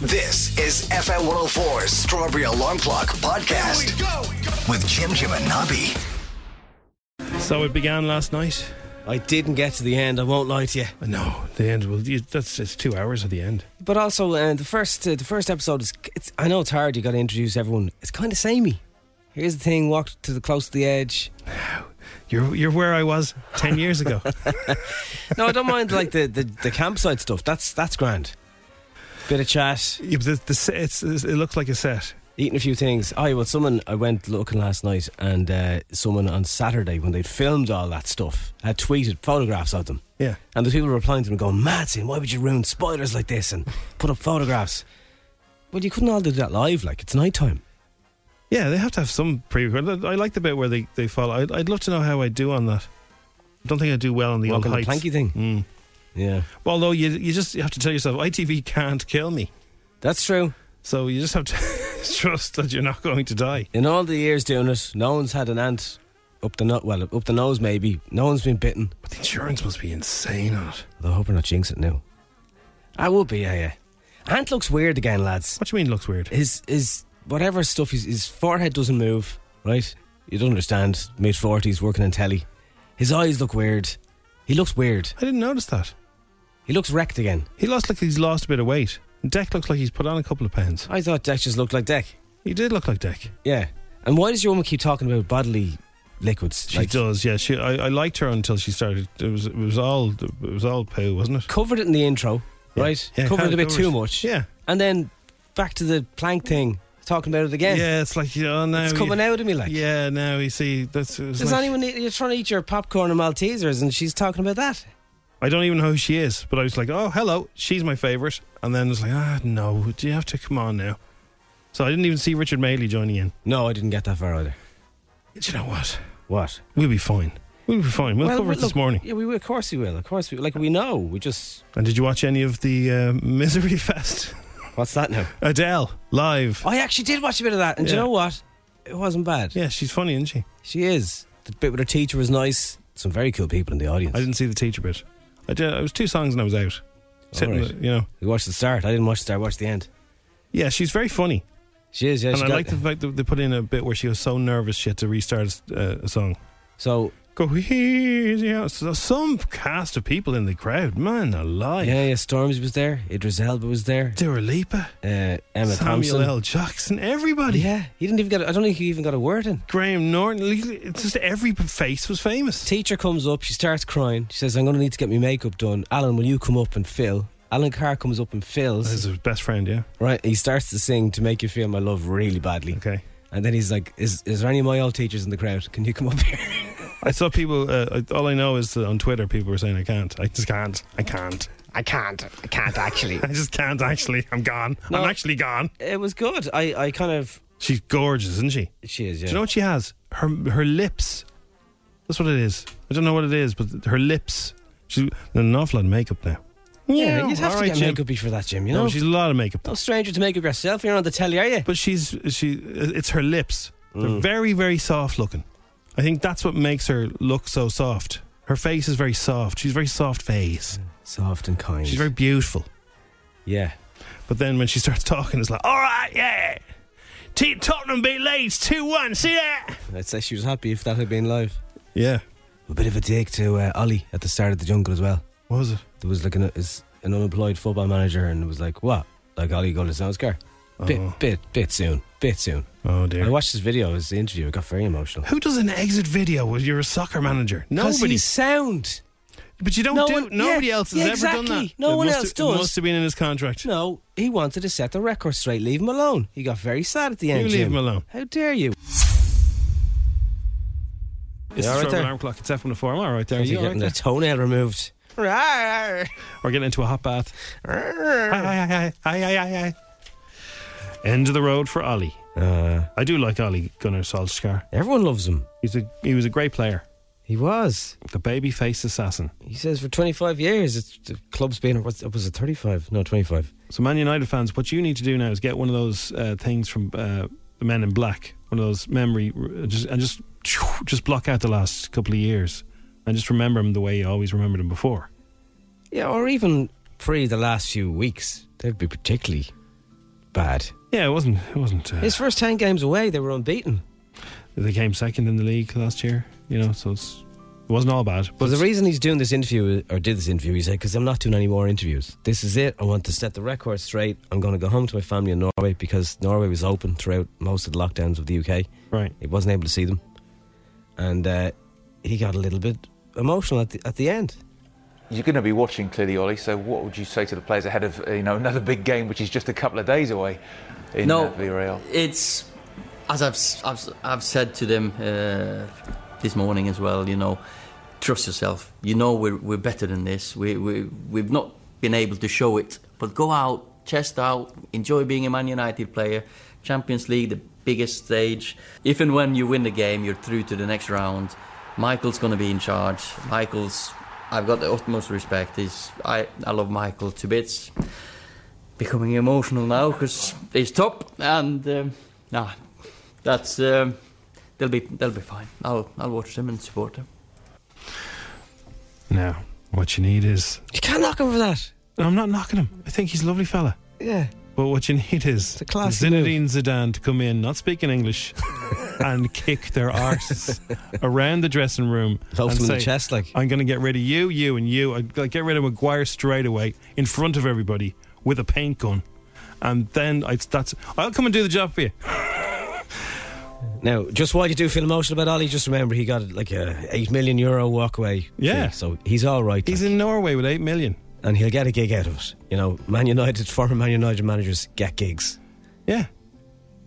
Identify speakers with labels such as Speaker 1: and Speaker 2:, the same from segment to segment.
Speaker 1: This is FM 104's Strawberry Alarm Clock Podcast with Jim Jim and Nobby.
Speaker 2: So it began last night.
Speaker 3: I didn't get to the end. I won't lie to you.
Speaker 2: No, the end. Well, you- that's it's two hours at the end.
Speaker 3: But also, uh, the first uh, the first episode is. It's, I know it's hard. You got to introduce everyone. It's kind of samey. Here's the thing. Walk to the close to the edge.
Speaker 2: You're you're where I was ten years ago.
Speaker 3: No, I don't mind like the, the, the campsite stuff. That's that's grand. Bit of chat,
Speaker 2: Yeah, but the, the, se- it's, it's- it looks like a set.
Speaker 3: eating a few things. Oh, yeah, well, someone I went looking last night, and uh, someone on Saturday when they'd filmed all that stuff had tweeted photographs of them.
Speaker 2: Yeah.
Speaker 3: And the people were replying to me going, Mad saying, why would you ruin spoilers like this and put up photographs? Well, you couldn't all do that live, like, it's night time.
Speaker 2: Yeah, they have to have some pre. I like the bit where they, they follow. I'd, I'd love to know how I do on that. I don't think I do well on the
Speaker 3: Walking
Speaker 2: old
Speaker 3: the
Speaker 2: heights.
Speaker 3: planky thing.
Speaker 2: Mm.
Speaker 3: Yeah.
Speaker 2: Although you you just you have to tell yourself ITV can't kill me,
Speaker 3: That's true.
Speaker 2: so you just have to trust that you're not going to die.
Speaker 3: In all the years doing it, no one's had an ant up the nut, well, up the nose maybe. No one's been bitten.
Speaker 2: But the insurance must be insane on it.
Speaker 3: Although I hope we're not jinxing it now. I would be, yeah, yeah. Ant looks weird again, lads.
Speaker 2: What do you mean looks weird?
Speaker 3: His his whatever stuff his his forehead doesn't move, right? You don't understand. Mid forties, working in telly. His eyes look weird. He looks weird.
Speaker 2: I didn't notice that.
Speaker 3: He looks wrecked again.
Speaker 2: He lost like he's lost a bit of weight. Deck looks like he's put on a couple of pounds.
Speaker 3: I thought Deck just looked like Deck.
Speaker 2: He did look like Deck.
Speaker 3: Yeah. And why does your woman keep talking about bodily liquids?
Speaker 2: She does, yeah. She, I, I liked her until she started. It was, it was all, it was all poo, wasn't it?
Speaker 3: Covered it in the intro, right?
Speaker 2: Yeah,
Speaker 3: covered it a
Speaker 2: kinda
Speaker 3: bit
Speaker 2: covered
Speaker 3: too
Speaker 2: it.
Speaker 3: much.
Speaker 2: Yeah.
Speaker 3: And then back to the plank thing, talking about it
Speaker 2: Yeah,
Speaker 3: again.
Speaker 2: it's like you know now.
Speaker 3: It's
Speaker 2: you-
Speaker 3: coming out of me like.
Speaker 2: yeah, now you see that's. it's
Speaker 3: Does
Speaker 2: like-
Speaker 3: anyone eat, you're trying to eat your popcorn and Maltesers and she's talking about that?
Speaker 2: I don't even know who she is, but I was like, oh, hello, she's my favourite, and then it's like, ah, no, do you have to come on now? So I didn't even see Richard Maley joining in.
Speaker 3: No, I didn't get that far either.
Speaker 2: Do you know what?
Speaker 3: What?
Speaker 2: We'll be fine. We'll be fine. We'll, cover it
Speaker 3: we-
Speaker 2: this
Speaker 3: look,
Speaker 2: morning.
Speaker 3: Yeah, we will. Of course we will. Of course we Like, we know. We just.
Speaker 2: And did you watch any of the uh, Misery Fest?
Speaker 3: What's that now?
Speaker 2: Adele live.
Speaker 3: I actually did watch a bit of that. And do you
Speaker 2: Yeah.
Speaker 3: know what? It wasn't bad.
Speaker 2: Yeah, she's funny, isn't she?
Speaker 3: She is. The bit with her teacher was nice. Some very cool people in the audience.
Speaker 2: I didn't see the teacher bit. I did. It was two songs and I was out. Sitting,
Speaker 3: right.
Speaker 2: you know.
Speaker 3: We watched the start. I didn't watch the start. I watched the end.
Speaker 2: Yeah, she's very funny,
Speaker 3: She is. Yeah,
Speaker 2: and
Speaker 3: she
Speaker 2: I
Speaker 3: got-
Speaker 2: like the fact that they put in a bit where she was so nervous she had to restart uh, a song.
Speaker 3: So
Speaker 2: Go easy out. So some cast of people in the crowd, man, alive.
Speaker 3: yeah, yeah. Storms was there. Idris Elba was there.
Speaker 2: Dua Lipa,
Speaker 3: Uh, Emma
Speaker 2: Samuel
Speaker 3: Thompson.
Speaker 2: L. Jackson, everybody.
Speaker 3: Yeah, he didn't even get. I don't think he even got a word in.
Speaker 2: Graham Norton. It's just every face was famous.
Speaker 3: Teacher comes up. She starts crying. She says, "I'm going to need to get my makeup done." Alan, will you come up and fill? Alan Carr comes up and
Speaker 2: This is
Speaker 3: fills.
Speaker 2: his best friend, yeah.
Speaker 3: Right, he starts to sing to make you feel my love really badly,
Speaker 2: Okay.
Speaker 3: and then he's like, "Is is there any of my old teachers in the crowd? Can you come up here?"
Speaker 2: I saw people. Uh, I- all I know is that on Twitter, people were saying, "I can't. I just can't. I can't.
Speaker 3: I can't. I can't actually.
Speaker 2: I just can't. Actually, I'm gone.
Speaker 3: No.
Speaker 2: I'm actually gone."
Speaker 3: it was good. I I kind of
Speaker 2: She's gorgeous, isn't she?
Speaker 3: she is. Yeah.
Speaker 2: Do you know what she has? Her her lips. That's what it is. I don't know what it is, but her lips. She's got an awful lot of makeup now.
Speaker 3: yeah, you'd have
Speaker 2: all
Speaker 3: to
Speaker 2: right,
Speaker 3: get
Speaker 2: Jim.
Speaker 3: makeup for that, Jim. You know,
Speaker 2: No, she's a lot of makeup.
Speaker 3: No stranger to make up yourself. You're on the telly, are you?
Speaker 2: But she's she. It's her lips. They're very very soft looking. I think that's what makes her look so soft. Her face is very soft. She's a very soft face.
Speaker 3: Soft and kind.
Speaker 2: She's very beautiful.
Speaker 3: yeah.
Speaker 2: But then when she starts talking, it's like, all right, yeah. T- Tottenham beat Leeds 2 1. See that?
Speaker 3: I'd say she was happy if that had been live.
Speaker 2: Yeah.
Speaker 3: A bit of a dig to uh, Ollie at the start of the jungle as well.
Speaker 2: What was it?
Speaker 3: There was like an, is an unemployed football manager, and it was like, what? Like, Ollie go to Sounds car. Bit, bit, bit soon. Bit soon.
Speaker 2: Oh
Speaker 3: I
Speaker 2: dear.
Speaker 3: watched this video, his interview. It got very emotional.
Speaker 2: Who does an exit video when you're a soccer manager?
Speaker 3: 'Cause
Speaker 2: Nobody.
Speaker 3: he's sound.
Speaker 2: But you don't
Speaker 3: No
Speaker 2: do.
Speaker 3: one- yeah,
Speaker 2: nobody else has
Speaker 3: yeah,
Speaker 2: ever done
Speaker 3: exactly.
Speaker 2: that.
Speaker 3: No
Speaker 2: It
Speaker 3: one
Speaker 2: must
Speaker 3: else
Speaker 2: have, it
Speaker 3: does.
Speaker 2: Must have been in his contract.
Speaker 3: No, he wanted to set the record straight. Leave him alone. He got very sad at the end.
Speaker 2: You leave
Speaker 3: Jim.
Speaker 2: him alone.
Speaker 3: How dare you?
Speaker 2: It's
Speaker 3: You all right
Speaker 2: the Strawberry
Speaker 3: there?
Speaker 2: alarm clock. It's F on the form. All right, there.
Speaker 3: He's
Speaker 2: You all
Speaker 3: getting
Speaker 2: right
Speaker 3: the
Speaker 2: there?
Speaker 3: toenail removed. Rawr.
Speaker 2: We're getting into a hot bath. Hi, hi, hi, hi, hi, hi, hi. End of the road for Ollie.
Speaker 3: Uh,
Speaker 2: I do like Ollie Gunnar Solskjaer.
Speaker 3: everyone loves him.
Speaker 2: He's a he was a great player.
Speaker 3: He was.
Speaker 2: The baby faced assassin.
Speaker 3: He says for 25 years, it's, the club's been, what's- was it 35? No, 25.
Speaker 2: So, Man United fans, what you need to do now is get one of those uh, things from uh, the Men in Black, one of those memory, uh, just, and just just block out the last couple of years, and just remember him the way you always remembered him before.
Speaker 3: Yeah, or even pre the last few weeks. They'd be particularly bad.
Speaker 2: Yeah, it wasn't. It wasn't. Uh,
Speaker 3: His first 10 games away, they were unbeaten.
Speaker 2: they came second in the league last year, you know. So it's, it wasn't all bad.
Speaker 3: But
Speaker 2: But
Speaker 3: the reason he's doing this interview, or did this interview, he said, because I'm not doing any more interviews. This is it. I want to set the record straight. I'm going to go home to my family in Norway because Norway was open throughout most of the lockdowns of the UK.
Speaker 2: right,
Speaker 3: He wasn't able to see them. And uh, he got a little bit emotional at the, at the end.
Speaker 4: You're going to be watching clearly, Ollie. So, what would you say to the players ahead of you know another big game, which is just a couple of days away in
Speaker 5: No.
Speaker 4: uh, Villarreal?
Speaker 5: It's as I've s- I've, s- I've said to them uh, this morning as well. You know, trust yourself. You know we're we're better than this. We we we've not been able to show it, but go out, chest out, enjoy being a Man United player. Champions League, the biggest stage. If and when you win the game, you're through to the next round. Michael's going to be in charge. Michael's. I've got the utmost respect. He's, I, I love Michael to bits becoming emotional now because he's top and um, nah, that's um, they'll be they'll be fine. I'll I'll watch them and support them.
Speaker 2: now what you need is.
Speaker 3: You can't knock him for that.
Speaker 2: No, I'm not knocking him. I think he's a lovely fella.
Speaker 3: Yeah.
Speaker 2: But what you need is
Speaker 3: a classy
Speaker 2: Zinedine Zidane to come in, not speaking English, and kick their arses around the dressing room.
Speaker 3: Loaf
Speaker 2: and
Speaker 3: them in the
Speaker 2: say,
Speaker 3: chest, like.
Speaker 2: I'm going to get rid of you, you, and you. I'd like, get rid of Maguire straight away in front of everybody with a paint gun. And then I'd, that's I'll come and do the job for you.
Speaker 3: Now, just while you do feel emotional about Ollie, just remember he got like a 8 million euro walkaway. fee.
Speaker 2: Yeah.
Speaker 3: So he's all right.
Speaker 2: He's
Speaker 3: like,
Speaker 2: in Norway with eight million.
Speaker 3: and he'll get a gig out of it. You know, Man United, former Man United managers get gigs.
Speaker 2: Yeah.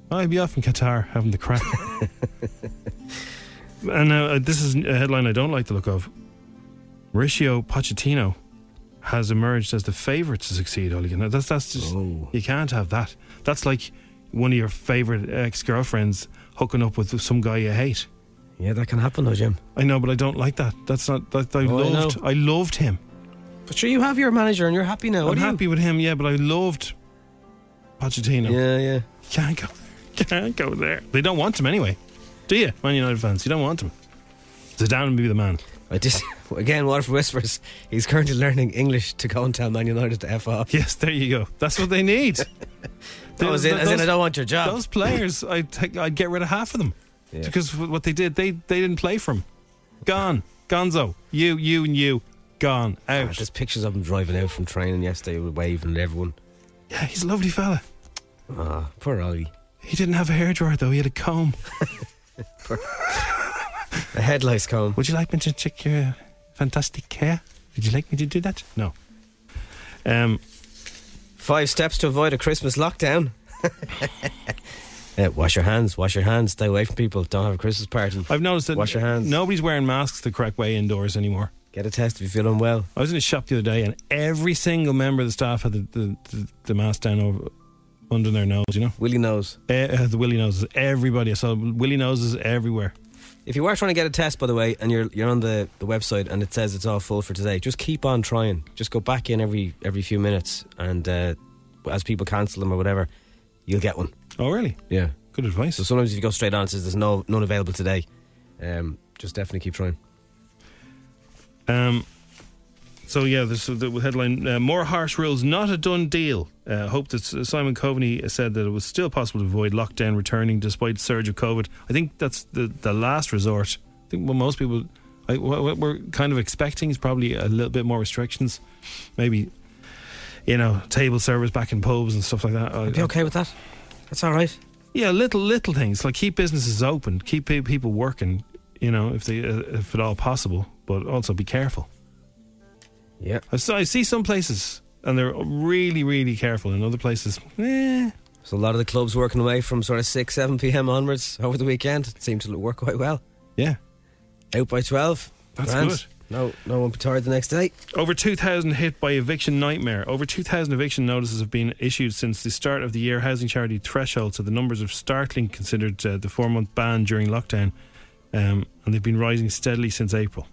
Speaker 2: I'd be off in Qatar having the crack. and uh, this is a headline I don't like the look of. Mauricio Pochettino has emerged as the favourite to succeed Ole Gunnar. That's, that's just,
Speaker 3: Oh.
Speaker 2: you can't have that. That's like one of your favourite ex girlfriends hooking up with some guy you hate.
Speaker 3: Yeah, that can happen though, Jim.
Speaker 2: I know, but I don't like that. That's not, that, I,
Speaker 3: Oh, I
Speaker 2: loved,
Speaker 3: know.
Speaker 2: I, loved him.
Speaker 3: But sure, you have your manager and you're happy now.
Speaker 2: I'm
Speaker 3: aren't
Speaker 2: happy with him, yeah, but I loved Pochettino.
Speaker 3: You? Yeah, yeah.
Speaker 2: Can't go. Can't go there. They don't want him anyway. Do you, Man United fans? You don't want him. Zidane would be the man.
Speaker 3: I just again, what if whispers? He's currently learning English to go and tell Man United to f off.
Speaker 2: Yes, there you go. That's what they need.
Speaker 3: That was it. Oh, As in, I don't want your job.
Speaker 2: Those players, I take, I'd get rid of half of them
Speaker 3: Yeah.
Speaker 2: because w- what they did, they they didn't play for him. Gone, Gonzo. You, you, and you. Gone
Speaker 3: Ah,
Speaker 2: out.
Speaker 3: There's pictures of him driving out from training yesterday, waving at everyone.
Speaker 2: yeah, he's a lovely fella.
Speaker 3: Ah, poor Ollie.
Speaker 2: He didn't have a hairdryer though. He had a comb.
Speaker 3: A headlights comb.
Speaker 2: Would you like me to check your fantastic hair? Would you like me to do that? No. Um.
Speaker 3: Five steps to avoid a Christmas lockdown. Yeah, wash your hands. Wash your hands. Stay away from people. Don't have a Christmas party.
Speaker 2: I've noticed that
Speaker 3: Wash your hands.
Speaker 2: nobody's wearing masks the correct way indoors anymore.
Speaker 3: Get a test if you feel unwell.
Speaker 2: I was in a shop the other day and every single member of the staff had the, the, the, the mask down over under their nose, you know?
Speaker 3: Willie knows.
Speaker 2: Eh, had the willy noses. Everybody. I saw willy noses everywhere.
Speaker 3: If you are trying to get a test, by the way, and you're you're on the, the website and it says it's all full for today, just keep on trying. Just go back in every every few minutes, and uh, as people cancel them or whatever, you'll get one.
Speaker 2: Oh, really?
Speaker 3: Yeah.
Speaker 2: Good advice.
Speaker 3: So sometimes if you go straight on, it says there's no none available today. Um, just definitely keep trying.
Speaker 2: Um, so yeah, this the headline: uh, More harsh rules, not a done deal. Uh, hope that S- Simon Coveney said that it was still possible to avoid lockdown returning despite surge of COVID. I think that's the the last resort. I think what most people I, what what we're kind of expecting is probably a little bit more restrictions. Maybe, you know, table service back in pubs and stuff like that. I-
Speaker 3: Be
Speaker 2: I-
Speaker 3: okay with that? That's all right.
Speaker 2: yeah, little little things like keep businesses open, keep pe- people working. You know, if they uh, if at all possible, but also be careful.
Speaker 3: Yeah.
Speaker 2: I s- I see some places and they're really really careful, and other places, eh,
Speaker 3: So a lot of the clubs working away from sort of six, seven p.m. onwards over the weekend It seemed to work quite well.
Speaker 2: yeah.
Speaker 3: Out by twelve.
Speaker 2: That's
Speaker 3: Grand.
Speaker 2: good.
Speaker 3: No, no one be tired the next day.
Speaker 2: Over 2,000 hit by eviction nightmare. Over 2,000 eviction notices have been issued since the start of the year housing charity threshold, so the numbers are startling considered uh, the four month ban during lockdown, um, and they've been rising steadily since April.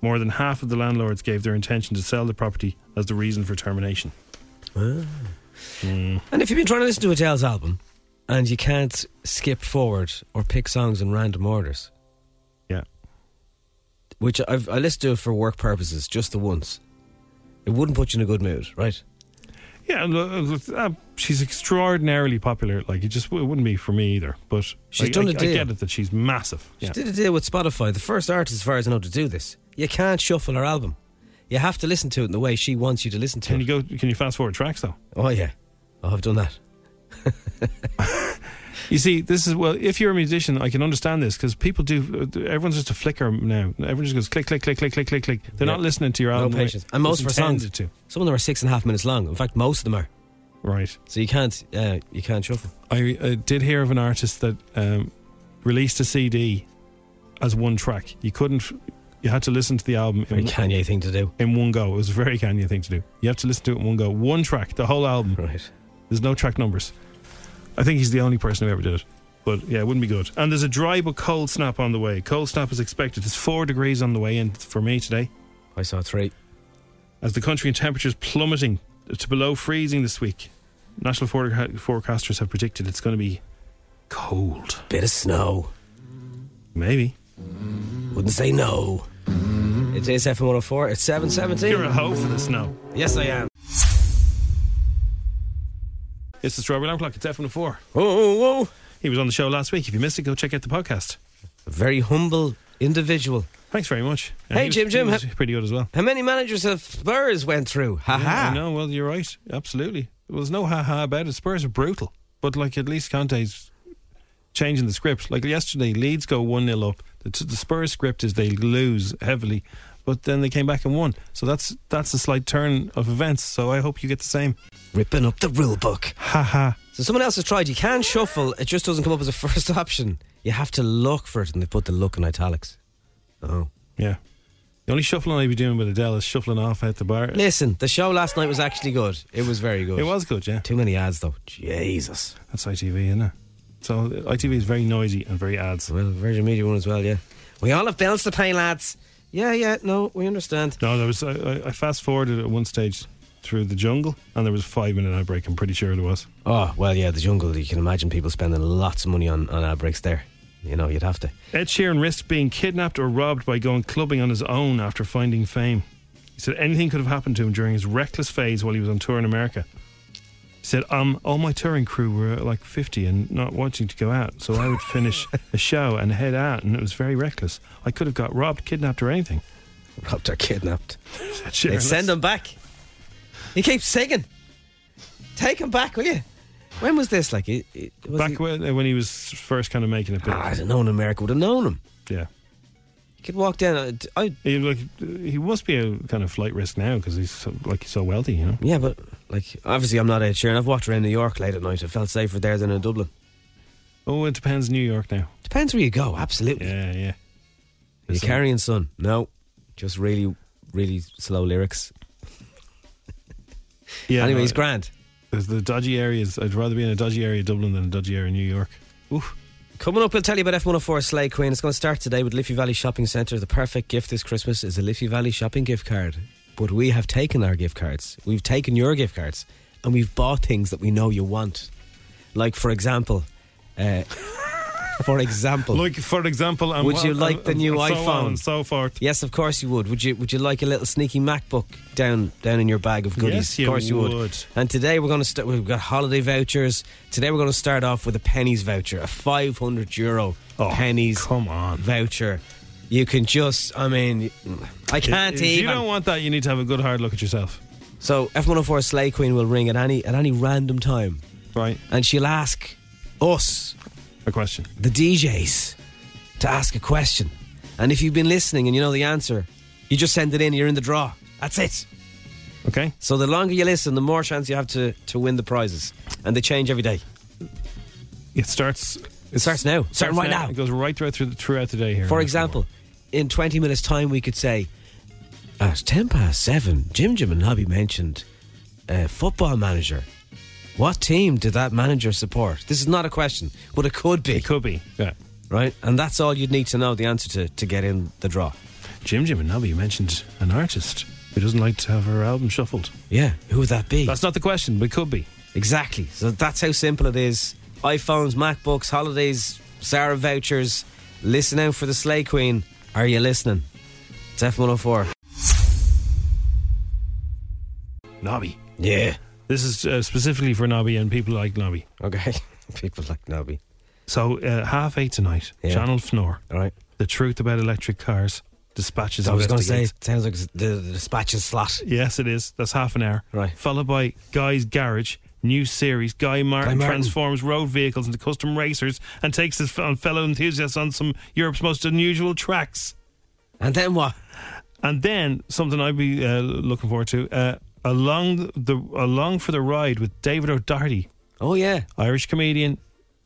Speaker 2: More than half of the landlords gave their intention to sell the property as the reason for termination.
Speaker 3: And if you've been trying to listen to Adele's album and you can't skip forward or pick songs in random orders,
Speaker 2: Yeah.
Speaker 3: which I've, I listened to it for work purposes just the once, it wouldn't put you in a good mood, right?
Speaker 2: Yeah, and, uh, uh, she's extraordinarily popular. Like, it just it wouldn't be for me either. But
Speaker 3: She's
Speaker 2: I,
Speaker 3: done
Speaker 2: I,
Speaker 3: a
Speaker 2: I
Speaker 3: deal.
Speaker 2: get it that she's massive.
Speaker 3: She
Speaker 2: Yeah.
Speaker 3: did a deal with Spotify, the first artist, as far as I know, to do this. You can't shuffle her album. You have to listen to it in the way she wants you to listen to
Speaker 2: Can
Speaker 3: it.
Speaker 2: you go? Can you fast forward tracks though?
Speaker 3: oh, yeah. Oh, I've done that.
Speaker 2: You see, this is well. If you're a musician, I can understand this because people do. Everyone's just a flicker now. Everyone just goes click, click, click, click, click, click, click. They're
Speaker 3: Yeah.
Speaker 2: not listening to your
Speaker 3: No
Speaker 2: album.
Speaker 3: patience. And most of her songs,
Speaker 2: too.
Speaker 3: some of them are six and a half minutes long. In fact, most of them are.
Speaker 2: Right.
Speaker 3: So you can't, uh, you can't shuffle.
Speaker 2: I uh, did hear of an artist that um, released a CD as one track. You couldn't. You had to listen to the album
Speaker 3: Very
Speaker 2: in,
Speaker 3: Kanye thing to do.
Speaker 2: in one go. It was a very Kanye thing to do. You have to listen to it in one go. One track, the whole album.
Speaker 3: Right.
Speaker 2: There's no track numbers. I think he's the only person who ever did it. But yeah, it wouldn't be good. And there's a dry but cold snap on the way. Cold snap is expected. It's four degrees on the way in for me today.
Speaker 3: I saw three.
Speaker 2: As the country and temperatures plummeting to below freezing this week, national fore- forecasters have predicted it's going to be cold.
Speaker 3: Bit of snow.
Speaker 2: Maybe.
Speaker 3: Wouldn't say no. It is FM 104. It's
Speaker 2: Mm. You're
Speaker 3: 717.
Speaker 2: a hoe for the snow.
Speaker 3: Yes, I am.
Speaker 2: It's the Strawberry Alarm Clock. It's F104.
Speaker 3: Oh, oh, oh.
Speaker 2: He was on the show last week. If you missed it, go check out the podcast.
Speaker 3: A very humble individual.
Speaker 2: Thanks very much.
Speaker 3: Hey,
Speaker 2: he was-
Speaker 3: Jim,
Speaker 2: he
Speaker 3: Jim,
Speaker 2: was
Speaker 3: ha-
Speaker 2: pretty good as well.
Speaker 3: How many managers have Spurs went through? Ha
Speaker 2: Yeah,
Speaker 3: ha.
Speaker 2: I know. Well, you're right. Absolutely. Well, there's no ha ha about it. Spurs are brutal, but like at least Conte's changing the script. Like yesterday, Leeds go one 0 up. The, the Spurs script is they lose heavily, but then they came back and won. So that's that's a slight turn of events. So I hope you get the same.
Speaker 3: Ripping up the rule book.
Speaker 2: Ha ha.
Speaker 3: So someone else has tried. You can shuffle. It just doesn't come up as a first option. You have to look for it, and they put the look in italics. Oh.
Speaker 2: Yeah. The only shuffling I'd be doing with Adele is shuffling off out the bar.
Speaker 3: Listen, the show last night was actually good. It was very good.
Speaker 2: It was good, yeah.
Speaker 3: Too many ads, though. Jesus.
Speaker 2: That's ITV, isn't it? So ITV is very noisy and very ads.
Speaker 3: Well, Virgin Media one as well, yeah. We all have bills to pay, lads. Yeah, yeah, no, we understand.
Speaker 2: No, there was. I- I, I fast forwarded at one stage through the jungle, and there was a five minute outbreak. I'm pretty sure there was.
Speaker 3: Oh, well, yeah, the jungle, you can imagine people spending lots of money on, on ad breaks there. You know, you'd have to.
Speaker 2: Ed Sheeran risked being kidnapped or robbed by going clubbing on his own after finding fame. He said anything could have happened to him during his reckless phase while he was on tour in America. He said, um, all my touring crew were like 50 and not wanting to go out, so I would finish a show and head out, and it was very reckless. I could have got robbed, kidnapped, or anything.
Speaker 3: Robbed or kidnapped.
Speaker 2: Ed
Speaker 3: They'd
Speaker 2: Sheeran,
Speaker 3: send him back. He keeps singing. Take him back, will you? When was this? Like, it, it, was
Speaker 2: Back
Speaker 3: he-
Speaker 2: when, when he was first kind of making a bit.
Speaker 3: Ah, I don't know, in America would have known him.
Speaker 2: Yeah.
Speaker 3: You could walk down. uh, d- I,
Speaker 2: He, like, he must be a kind of flight risk now because he's so, like he's so wealthy, you know.
Speaker 3: yeah, but, like, obviously I'm not Ed Sheeran. I've walked around New York late at night. I felt safer there than in Dublin.
Speaker 2: Oh, it depends. New York now.
Speaker 3: Depends where you go, absolutely.
Speaker 2: Yeah, yeah.
Speaker 3: Are you carrying son? No, just really, really slow lyrics.
Speaker 2: Yeah.
Speaker 3: anyway,
Speaker 2: no,
Speaker 3: he's grand.
Speaker 2: There's the dodgy areas. I'd rather be in a dodgy area of Dublin than a dodgy area in New York. Oof.
Speaker 3: Coming up, we'll tell you about F104 Slay Queen. It's going to start today with Liffey Valley Shopping Centre. The perfect gift this Christmas is a Liffey Valley Shopping gift card. But we have taken our gift cards. We've taken your gift cards, and we've bought things that we know you want. Like, for example, uh, for example,
Speaker 2: Like for example, i
Speaker 3: Would you like the new
Speaker 2: so
Speaker 3: iPhone?
Speaker 2: on and so forth.
Speaker 3: yes, of course you would. Would you? Would you like a little sneaky MacBook down down in your bag of goodies?
Speaker 2: Yes, you
Speaker 3: of course you would.
Speaker 2: would.
Speaker 3: And today we're going to start. We've got holiday vouchers. Today we're going to start off with a pennies voucher, a five hundred euro
Speaker 2: Oh,
Speaker 3: pennies
Speaker 2: come on.
Speaker 3: voucher You can just, I mean, I can't
Speaker 2: if
Speaker 3: even.
Speaker 2: you don't want that, you need to have a good hard look at yourself.
Speaker 3: So F104 Slay Queen will ring at any at any random time,
Speaker 2: Right?
Speaker 3: and she'll ask us,
Speaker 2: A question.
Speaker 3: the DJs, to ask a question. And if you've been listening and you know the answer, you just send it in. You're in the draw. That's it.
Speaker 2: Okay?
Speaker 3: So the longer you listen, the more chance you have to to win the prizes, and they change every day.
Speaker 2: It starts.
Speaker 3: It starts now. Starting right now.
Speaker 2: It goes right throughout, through, throughout the day here.
Speaker 3: For example, in 20 minutes' time, we could say, at 10 past 7, Jim Jim and Hobby mentioned uh, football manager. What team did that manager support? This is not a question, but it could be,
Speaker 2: It could be. Yeah.
Speaker 3: right? And that's all you'd need to know the answer to to get in the draw.
Speaker 2: Jim Jim and Nobby mentioned an artist who doesn't like to have her album shuffled.
Speaker 3: Yeah, who would that be?
Speaker 2: That's not the question, but it could be.
Speaker 3: exactly. So that's how simple it is. iPhones, MacBooks, holidays, Sarah vouchers. Listen out for the Slay Queen. Are you listening? It's F104.
Speaker 2: Nobby.
Speaker 3: Yeah.
Speaker 2: This is uh, specifically for Nobby and people like Nobby.
Speaker 3: Okay. People like Nobby.
Speaker 2: So, uh, half eight tonight,
Speaker 3: Yeah.
Speaker 2: Channel Fnor,
Speaker 3: All right.
Speaker 2: The Truth About Electric Cars, Dispatches
Speaker 3: I was going to say,
Speaker 2: Investigates.
Speaker 3: it sounds like the, the dispatches slot.
Speaker 2: Yes, it is. That's half an hour.
Speaker 3: Right.
Speaker 2: Followed by Guy's Garage, new series. Guy Martin,
Speaker 3: Martin.
Speaker 2: transforms road vehicles into custom racers and takes his fe- fellow enthusiasts on some Europe's most unusual tracks.
Speaker 3: And then what?
Speaker 2: And then something I'd be uh, looking forward to uh, along the along for the ride with David O'Doherty,
Speaker 3: Oh, yeah.
Speaker 2: Irish comedian,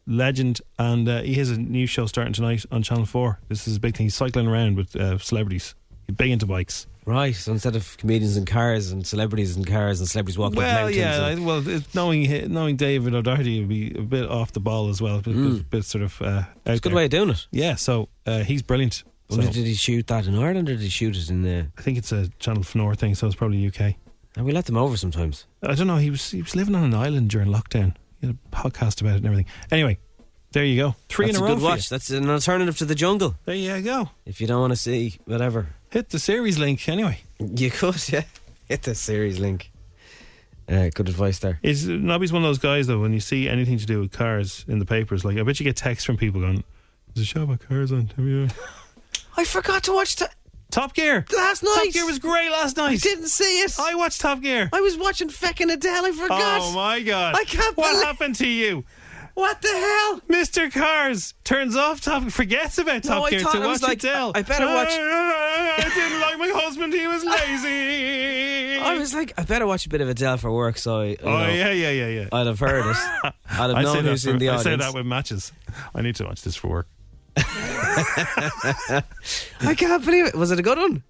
Speaker 2: legend, and uh, he has a new show starting tonight on Channel Four. This is a big thing. He's cycling around with uh, celebrities. He's big into bikes.
Speaker 3: Right. So instead of comedians in cars and celebrities in cars and celebrities walking up
Speaker 2: Well,
Speaker 3: mountains. uh,
Speaker 2: yeah. I,
Speaker 3: and-
Speaker 2: well, it, knowing hi- knowing David O'Doherty would be a bit off the ball as well. A bit, bit, bit sort of. Uh, out
Speaker 3: Mm. it's a good
Speaker 2: there.
Speaker 3: way of doing it.
Speaker 2: Yeah. So uh, he's brilliant. So,
Speaker 3: Wonder did he shoot that in Ireland or did he shoot it in the.
Speaker 2: I think it's a Channel Fnor thing, so it's probably UK.
Speaker 3: And we let them over sometimes.
Speaker 2: I don't know. He was he was living on an island during lockdown. He had a podcast about it and everything. Anyway, there you go. Three
Speaker 3: That's
Speaker 2: in a, row.
Speaker 3: good
Speaker 2: for you.
Speaker 3: watch. That's an alternative to the jungle.
Speaker 2: There you go.
Speaker 3: If you don't want to see whatever.
Speaker 2: Hit the series link anyway.
Speaker 3: You could, yeah. Hit the series link. Uh, good advice there.
Speaker 2: Is Nobby's one of those guys though? When you see anything to do with cars in the papers, like I bet you get texts from people going, "There's a show about cars on." Have you?
Speaker 3: I forgot to watch. that
Speaker 2: Top Gear
Speaker 3: Last
Speaker 2: Top
Speaker 3: night.
Speaker 2: Gear was great last night.
Speaker 3: I didn't see it.
Speaker 2: I watched Top Gear.
Speaker 3: I was watching feckin' Adele. I forgot.
Speaker 2: Oh my god!
Speaker 3: I can't
Speaker 2: What
Speaker 3: believe-
Speaker 2: happened to you,
Speaker 3: What the hell?
Speaker 2: Mister Cars? Turns off Top, forgets about
Speaker 3: No,
Speaker 2: Top
Speaker 3: I
Speaker 2: Gear
Speaker 3: thought-
Speaker 2: to
Speaker 3: I was
Speaker 2: watch
Speaker 3: like,
Speaker 2: Adele.
Speaker 3: I- I better watch-
Speaker 2: I didn't like my husband; he was lazy.
Speaker 3: I was like, I better watch a bit of Adele for work, so I, you
Speaker 2: Oh
Speaker 3: know,
Speaker 2: yeah, yeah, yeah, yeah.
Speaker 3: I'd have heard it. I'd have
Speaker 2: I say
Speaker 3: known
Speaker 2: that
Speaker 3: who's
Speaker 2: for-
Speaker 3: in the
Speaker 2: I
Speaker 3: audience.
Speaker 2: say that with matches. I need to watch this for work.
Speaker 3: I can't believe it. Was it a good one?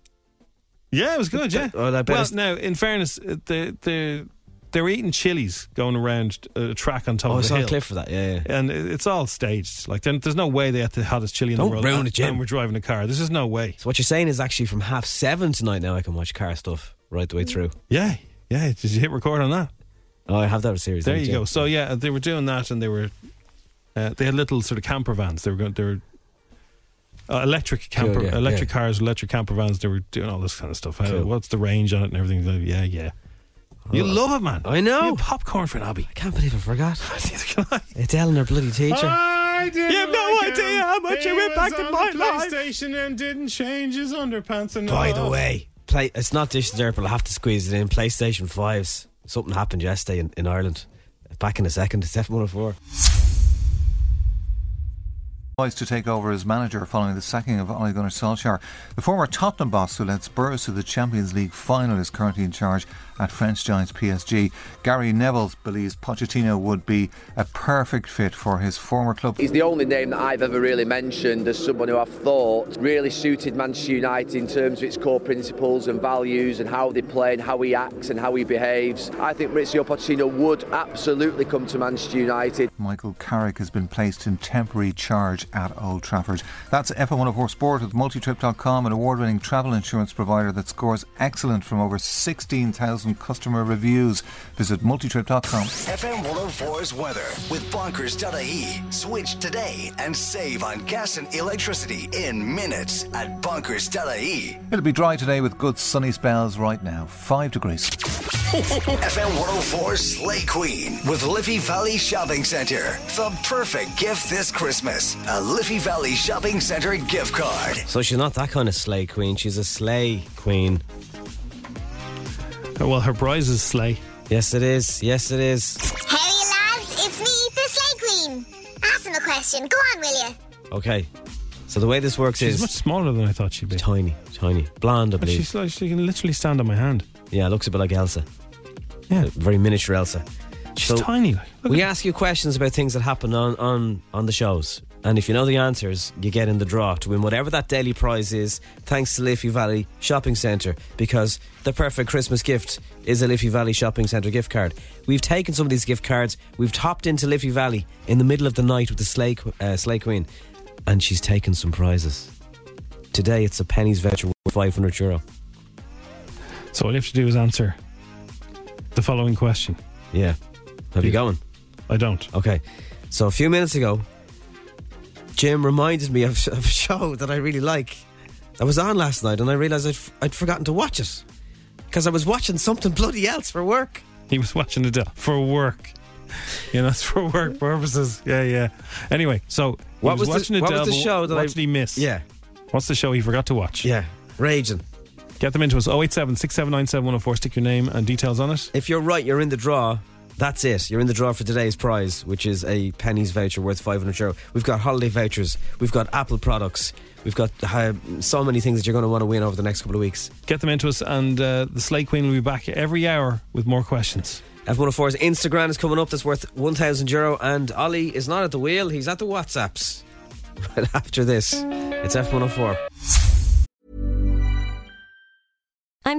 Speaker 2: Yeah, it was good. Yeah.
Speaker 3: Oh, that better
Speaker 2: well,
Speaker 3: s-
Speaker 2: now in fairness, uh, the the they're eating chilies going around a track on top
Speaker 3: Oh, I
Speaker 2: of the
Speaker 3: saw a
Speaker 2: hill.
Speaker 3: clip for that. Yeah, yeah.
Speaker 2: and it- it's all staged. Like, there- there's no way they had the hottest chili in the
Speaker 3: Don't
Speaker 2: world.
Speaker 3: ruin
Speaker 2: and,
Speaker 3: it, Jim.
Speaker 2: and we're driving a car. This is no way.
Speaker 3: So what you're saying is actually from half seven tonight. Now I can watch car stuff right the way through.
Speaker 2: Yeah, yeah. Did you hit record on that?
Speaker 3: Oh, I have that series.
Speaker 2: There
Speaker 3: link,
Speaker 2: you
Speaker 3: yeah.
Speaker 2: go. So yeah, they were doing that, and they were uh, they had little sort of camper vans. They were going. They were uh, electric camper,
Speaker 3: yeah,
Speaker 2: electric cars, electric camper vans. They were doing all this kind of stuff. Uh,
Speaker 3: Cool. Oh.
Speaker 2: what's the range on it and everything? Like, yeah, yeah. You love it, man.
Speaker 3: I know.
Speaker 2: You popcorn for an hobby.
Speaker 3: I can't believe I forgot.
Speaker 2: Neither can I.
Speaker 3: Adele and her bloody
Speaker 2: Oh,
Speaker 3: teacher.
Speaker 2: I didn't
Speaker 3: You have no like idea him. how much He it impacted was on my the life.
Speaker 2: PlayStation and didn't change his underpants. And
Speaker 3: By the way, play. It's not Dish Derp, but I have to squeeze it in. PlayStation Fives. Something happened yesterday in, in Ireland. Back in a second. It's F104.
Speaker 6: poised to take over as manager following the sacking of Ole Gunnar Solskjaer. The former Tottenham boss who led Spurs to the Champions League final is currently in charge at French giants PSG. Gary Neville believes Pochettino would be a perfect fit for his former club.
Speaker 7: He's the only name that I've ever really mentioned as someone who I've thought really suited Manchester United in terms of its core principles and values and how they play and how he acts and how he behaves. I think Maurizio Pochettino would absolutely come to Manchester United.
Speaker 6: Michael Carrick has been placed in temporary charge at Old Trafford. That's F104 Sport with Multitrip.com, an award winning travel insurance provider that scores excellent from over 16,000 customer reviews. Visit Multitrip.com.
Speaker 1: FM 104's weather with bonkers.ie. E. Switch today and save on gas and electricity in minutes at bonkers.ie.
Speaker 6: It'll be dry today with good sunny spells right now, 5 degrees.
Speaker 1: FM 104 Slay Queen with Liffey Valley Shopping Centre. The perfect gift this Christmas. A Liffey Valley Shopping Centre gift card.
Speaker 3: So she's not that kind of sleigh queen. She's a sleigh queen.
Speaker 2: Uh, Well, her prize is sleigh.
Speaker 3: Yes, it is. Yes, it is.
Speaker 8: Hey lads, it's me, the Slay Queen. Ask them a question. Go on, will you?
Speaker 3: Okay. So the way this works
Speaker 2: She's
Speaker 3: is
Speaker 2: much smaller than I thought she'd be.
Speaker 3: tiny, tiny, blonde, I
Speaker 2: But
Speaker 3: believe.
Speaker 2: she's like, she can literally stand on my hand.
Speaker 3: Yeah, looks a bit like Elsa.
Speaker 2: Yeah.
Speaker 3: Uh, very miniature Elsa.
Speaker 2: She's
Speaker 3: So-
Speaker 2: tiny. Like, look
Speaker 3: We
Speaker 2: at-
Speaker 3: ask you questions about things that happen on, on, on the shows. And if you know the answers, you get in the draw to win whatever that daily prize is, thanks to Liffey Valley Shopping Centre, because the perfect Christmas gift is a Liffey Valley Shopping Centre gift card. We've taken some of these gift cards, we've topped into Liffey Valley in the middle of the night with the Slay, Qu- uh, Slay Queen, and she's taken some prizes. Today it's a pennies voucher worth 500 euro.
Speaker 2: so all you have to do is answer the following question.
Speaker 3: Yeah. Have you
Speaker 2: Yeah.
Speaker 3: going?
Speaker 2: I don't.
Speaker 3: Okay. So a few minutes ago, Jim reminded me of, of a show that I really like. I was on last night and I realised I'd, f- I'd forgotten to watch it because I was watching something bloody else for work.
Speaker 2: He was watching it for work. You know, it's for work purposes. Yeah, yeah. Anyway, so he
Speaker 3: What was the-
Speaker 2: watching
Speaker 3: what
Speaker 2: Adele,
Speaker 3: was the
Speaker 2: but
Speaker 3: show that
Speaker 2: what
Speaker 3: I-
Speaker 2: did he miss? What's the show he forgot to watch?
Speaker 3: Yeah. Raging.
Speaker 2: Get them into us. 087 679 7104. Stick your name and details on it.
Speaker 3: If you're right, you're in the draw. That's it. You're in the draw for today's prize, which is a pennies voucher worth 500 euro. We've got holiday vouchers. We've got Apple products. We've got uh, so many things that you're going to want to win over the next couple of weeks.
Speaker 2: Get them into us, and uh, the Slay Queen will be back every hour with more questions.
Speaker 3: F104's Instagram is coming up. That's worth 1,000 euro. And Ollie is not at the wheel, he's at the WhatsApps. Right after this, it's F104.
Speaker 9: I'm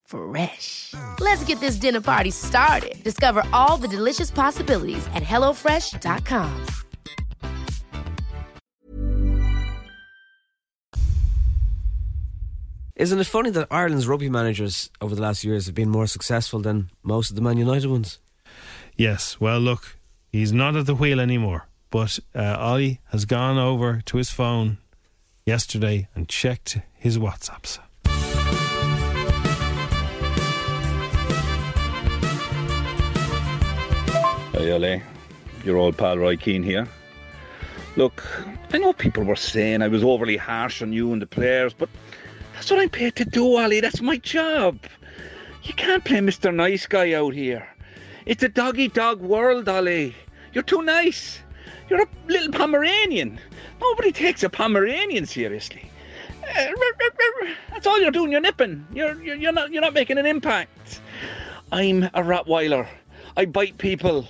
Speaker 10: Fresh. Let's get this dinner party started. Discover all the delicious possibilities at hellofresh.com.
Speaker 3: Isn't it funny that Ireland's rugby managers over the last years have been more successful than most of the Man United ones?
Speaker 2: Yes. Well, look, he's not at the wheel anymore, but uh, Ollie has gone over to his phone yesterday and checked his WhatsApps.
Speaker 11: Hey, Ollie. Your old pal Roy Keane here. Look, I know people were saying I was overly harsh on you and the players, but that's what I'm paid to do, Ollie. That's my job. You can't play Mr. Nice Guy out here. It's a doggy dog world, Ollie. You're too nice. You're a little Pomeranian. Nobody takes a Pomeranian seriously. Uh, That's all you're doing. You're nipping. You're, you're, you're not you're not making an impact. I'm a Rottweiler. I bite people.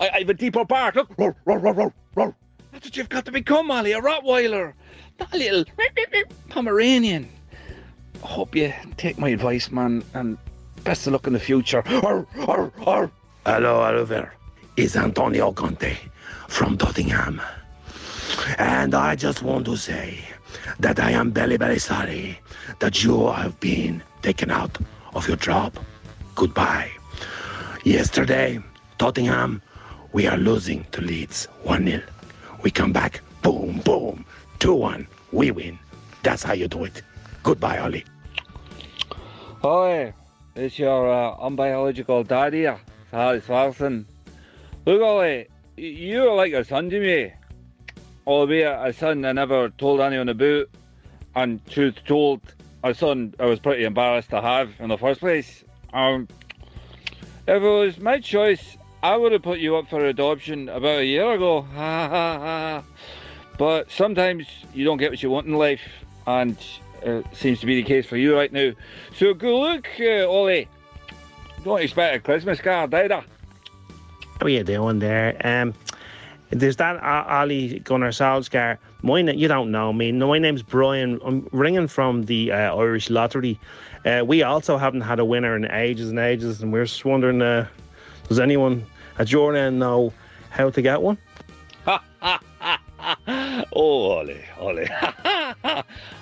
Speaker 11: I, I have a deeper bark. Look, roar, roar, roar, roar, roar. That's what you've got to become, Ollie, a Rottweiler, not a little Pomeranian. Hope you take my advice, man, and best of luck in the future. Roar, roar, roar. Hello, Oliver. It's Antonio Conte from Nottingham. And I just want to say that I am very, very sorry that you have been taken out of your job. Goodbye. Yesterday, Tottenham, we are losing to Leeds 1 0. We come back, boom, boom, 2 1, we win.
Speaker 12: That's how you do it. Goodbye, Ollie.
Speaker 13: Hi, it's your uh, unbiological dad here, Harry Swanson. Look, Ollie, y- you are like a son to me. Albeit a son I never told anyone about, and truth told, a son I was pretty embarrassed to have in the first place. Um, if it was my choice, I would have put you up for adoption about a year ago. Ha ha ha. But sometimes you don't get what you want in life, and uh, seems to be the case for you right now. So good luck, uh, Ollie. Don't expect a Christmas card either.
Speaker 14: What are you doing there? Um, there's that uh, Ali Gunnar Solskjaer. My na- you don't know me. No, my name's Brian. I'm ringing from the uh, Irish Lottery. Uh, we also haven't had a winner in ages and ages, and we're just wondering, uh, does anyone at your end know how to get one?
Speaker 12: oh, Ollie, Ollie.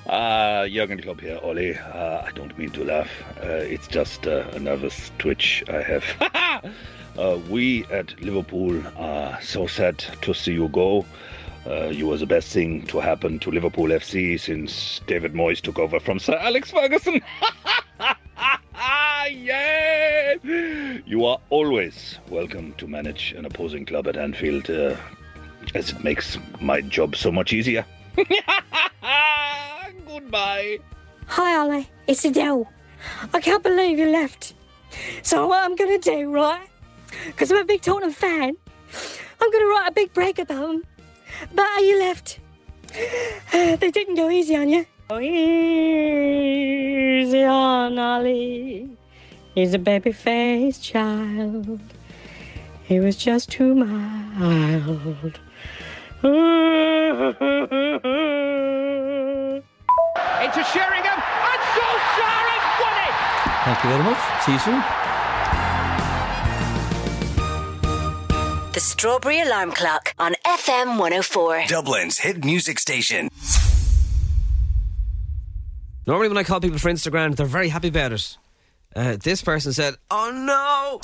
Speaker 12: uh, Jurgen Klopp here, Ollie. Uh, I don't mean to laugh. Uh, it's just uh, a nervous twitch I have. uh, we at Liverpool are so sad to see you go. Uh, you were the best thing to happen to Liverpool FC since David Moyes took over from Sir Alex Ferguson. yeah! You are always welcome to manage an opposing club at Anfield, uh, as it makes my job so much easier. Goodbye.
Speaker 15: Hi, Ollie. It's Adele. I can't believe you left. So what I'm gonna do, right? Because I'm a big Tottenham fan. I'm gonna write a big break about them. But how you left? they didn't go easy on you. Go easy on Ollie. He's a baby-faced child. He was just too mild.
Speaker 16: Into Sheringham, and Solskjaer has won it!
Speaker 5: Thank you very much. See you soon.
Speaker 17: The Strawberry Alarm Clock on FM 104.
Speaker 1: Dublin's hit music station.
Speaker 3: Normally, when I call people for Instagram, they're very happy about it. Uh, this person said, "Oh no!"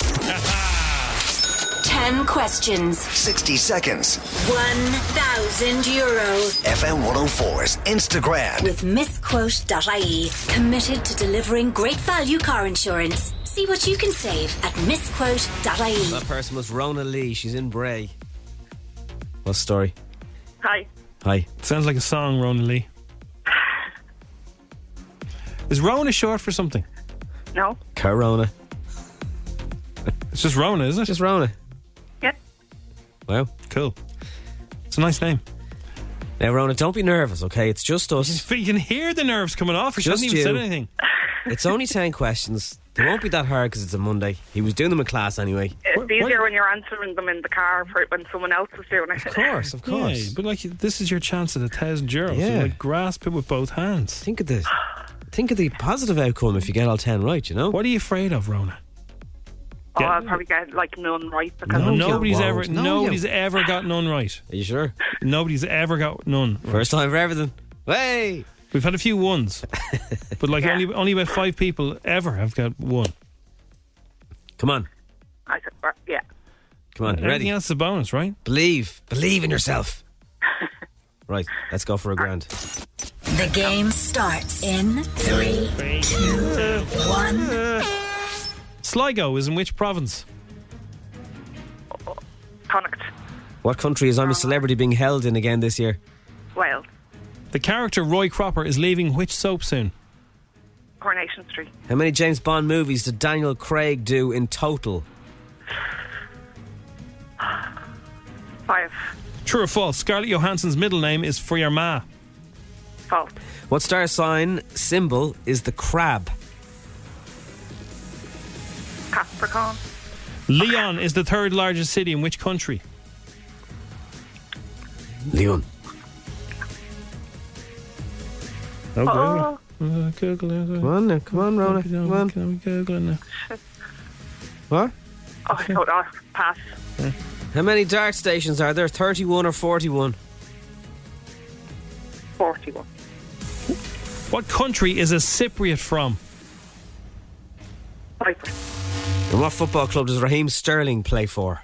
Speaker 17: 10 questions.
Speaker 1: 60 seconds.
Speaker 17: 1,000 euro.
Speaker 1: FM 104's Instagram.
Speaker 17: With misquote.ie, committed to delivering great value car insurance. See what you can save at misquote.ie.
Speaker 3: That person was Rona Lee. She's in Bray. What story?
Speaker 18: Hi.
Speaker 3: Hi.
Speaker 2: Sounds like a song, Rona Lee. Is Rona short for something?
Speaker 18: No.
Speaker 3: Corona.
Speaker 2: It's just Rona, isn't it?
Speaker 3: Just Rona.
Speaker 18: Yep.
Speaker 3: Wow.
Speaker 2: Cool. It's a nice name.
Speaker 3: Now, Rona, don't be nervous, okay? It's just us.
Speaker 2: You can hear the nerves coming off. her. She
Speaker 3: Just
Speaker 2: hasn't even said
Speaker 3: you.
Speaker 2: anything.
Speaker 3: It's only 10 questions. They won't be that hard because it's a Monday. He was doing them in class anyway.
Speaker 18: It's easier when you're answering them in the car for when someone else is doing it. Of
Speaker 3: of
Speaker 2: Yeah, but like this is your chance at a thousand euros.
Speaker 3: Yeah.
Speaker 2: So like grasp it with both hands.
Speaker 3: Think of this. Think of the positive outcome if you get all 10 right, you know?
Speaker 2: What are you afraid of, Rona?
Speaker 18: Oh, I'll probably get like none right because
Speaker 2: No,
Speaker 18: I'm-
Speaker 2: nobody's
Speaker 3: won't.
Speaker 2: ever
Speaker 3: No, you-
Speaker 2: nobody's e- ever got none right.
Speaker 3: Are you sure?
Speaker 2: Nobody's ever got none.
Speaker 3: First time for everything. Hey,
Speaker 2: we've had a few ones, but like only only about five people ever have got one.
Speaker 3: Come on,
Speaker 18: I said, "Right, yeah.
Speaker 3: Come on, you
Speaker 2: Everything
Speaker 3: ready?
Speaker 2: else is a bonus, right?
Speaker 3: Believe. Believe in yourself. Right, let's go for a grand.
Speaker 17: The game starts in three, two, one.
Speaker 2: Sligo is in which province?
Speaker 18: Connacht,
Speaker 3: What country is I'm a Celebrity being held in again this year?
Speaker 18: Wales,
Speaker 2: The character Roy Cropper is leaving which soap soon?
Speaker 18: Coronation Street,
Speaker 3: How many James Bond movies did Daniel Craig do in total?
Speaker 18: five,
Speaker 2: True or false? Scarlett Johansson's middle name is For Your Ma.
Speaker 18: false,
Speaker 3: What star sign symbol is the crab?
Speaker 18: Capricorn,
Speaker 2: Leon is the third largest city in which country?
Speaker 3: Leon.
Speaker 2: Okay.
Speaker 18: Oh.
Speaker 2: Google it. Come
Speaker 3: on now, come on, Rona.
Speaker 2: Come on. Can we Google uh. it now?
Speaker 3: What?
Speaker 18: oh, I don't know, pass,
Speaker 3: How many dart stations are there? 31 or 41?
Speaker 18: 41,
Speaker 2: What country is a Cypriot from?
Speaker 18: Cyprus,
Speaker 3: And what football club does Raheem Sterling play for?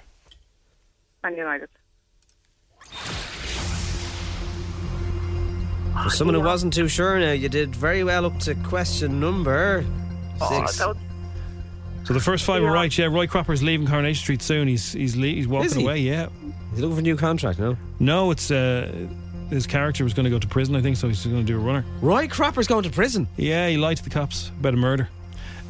Speaker 18: and United.
Speaker 3: For someone who wasn't too sure now, you did very well up to question number six.
Speaker 2: that So the first five were right. Yeah, Roy Cropper's leaving Coronation Street soon. He's he's le- he's walking
Speaker 3: Is he?
Speaker 2: away. Yeah,
Speaker 3: he's looking for a new contract now.
Speaker 2: No, it's uh, his character was going to go to prison. I think so. He's going to do a runner.
Speaker 3: Roy Cropper's going to prison.
Speaker 2: Yeah, he lied to the cops about a murder.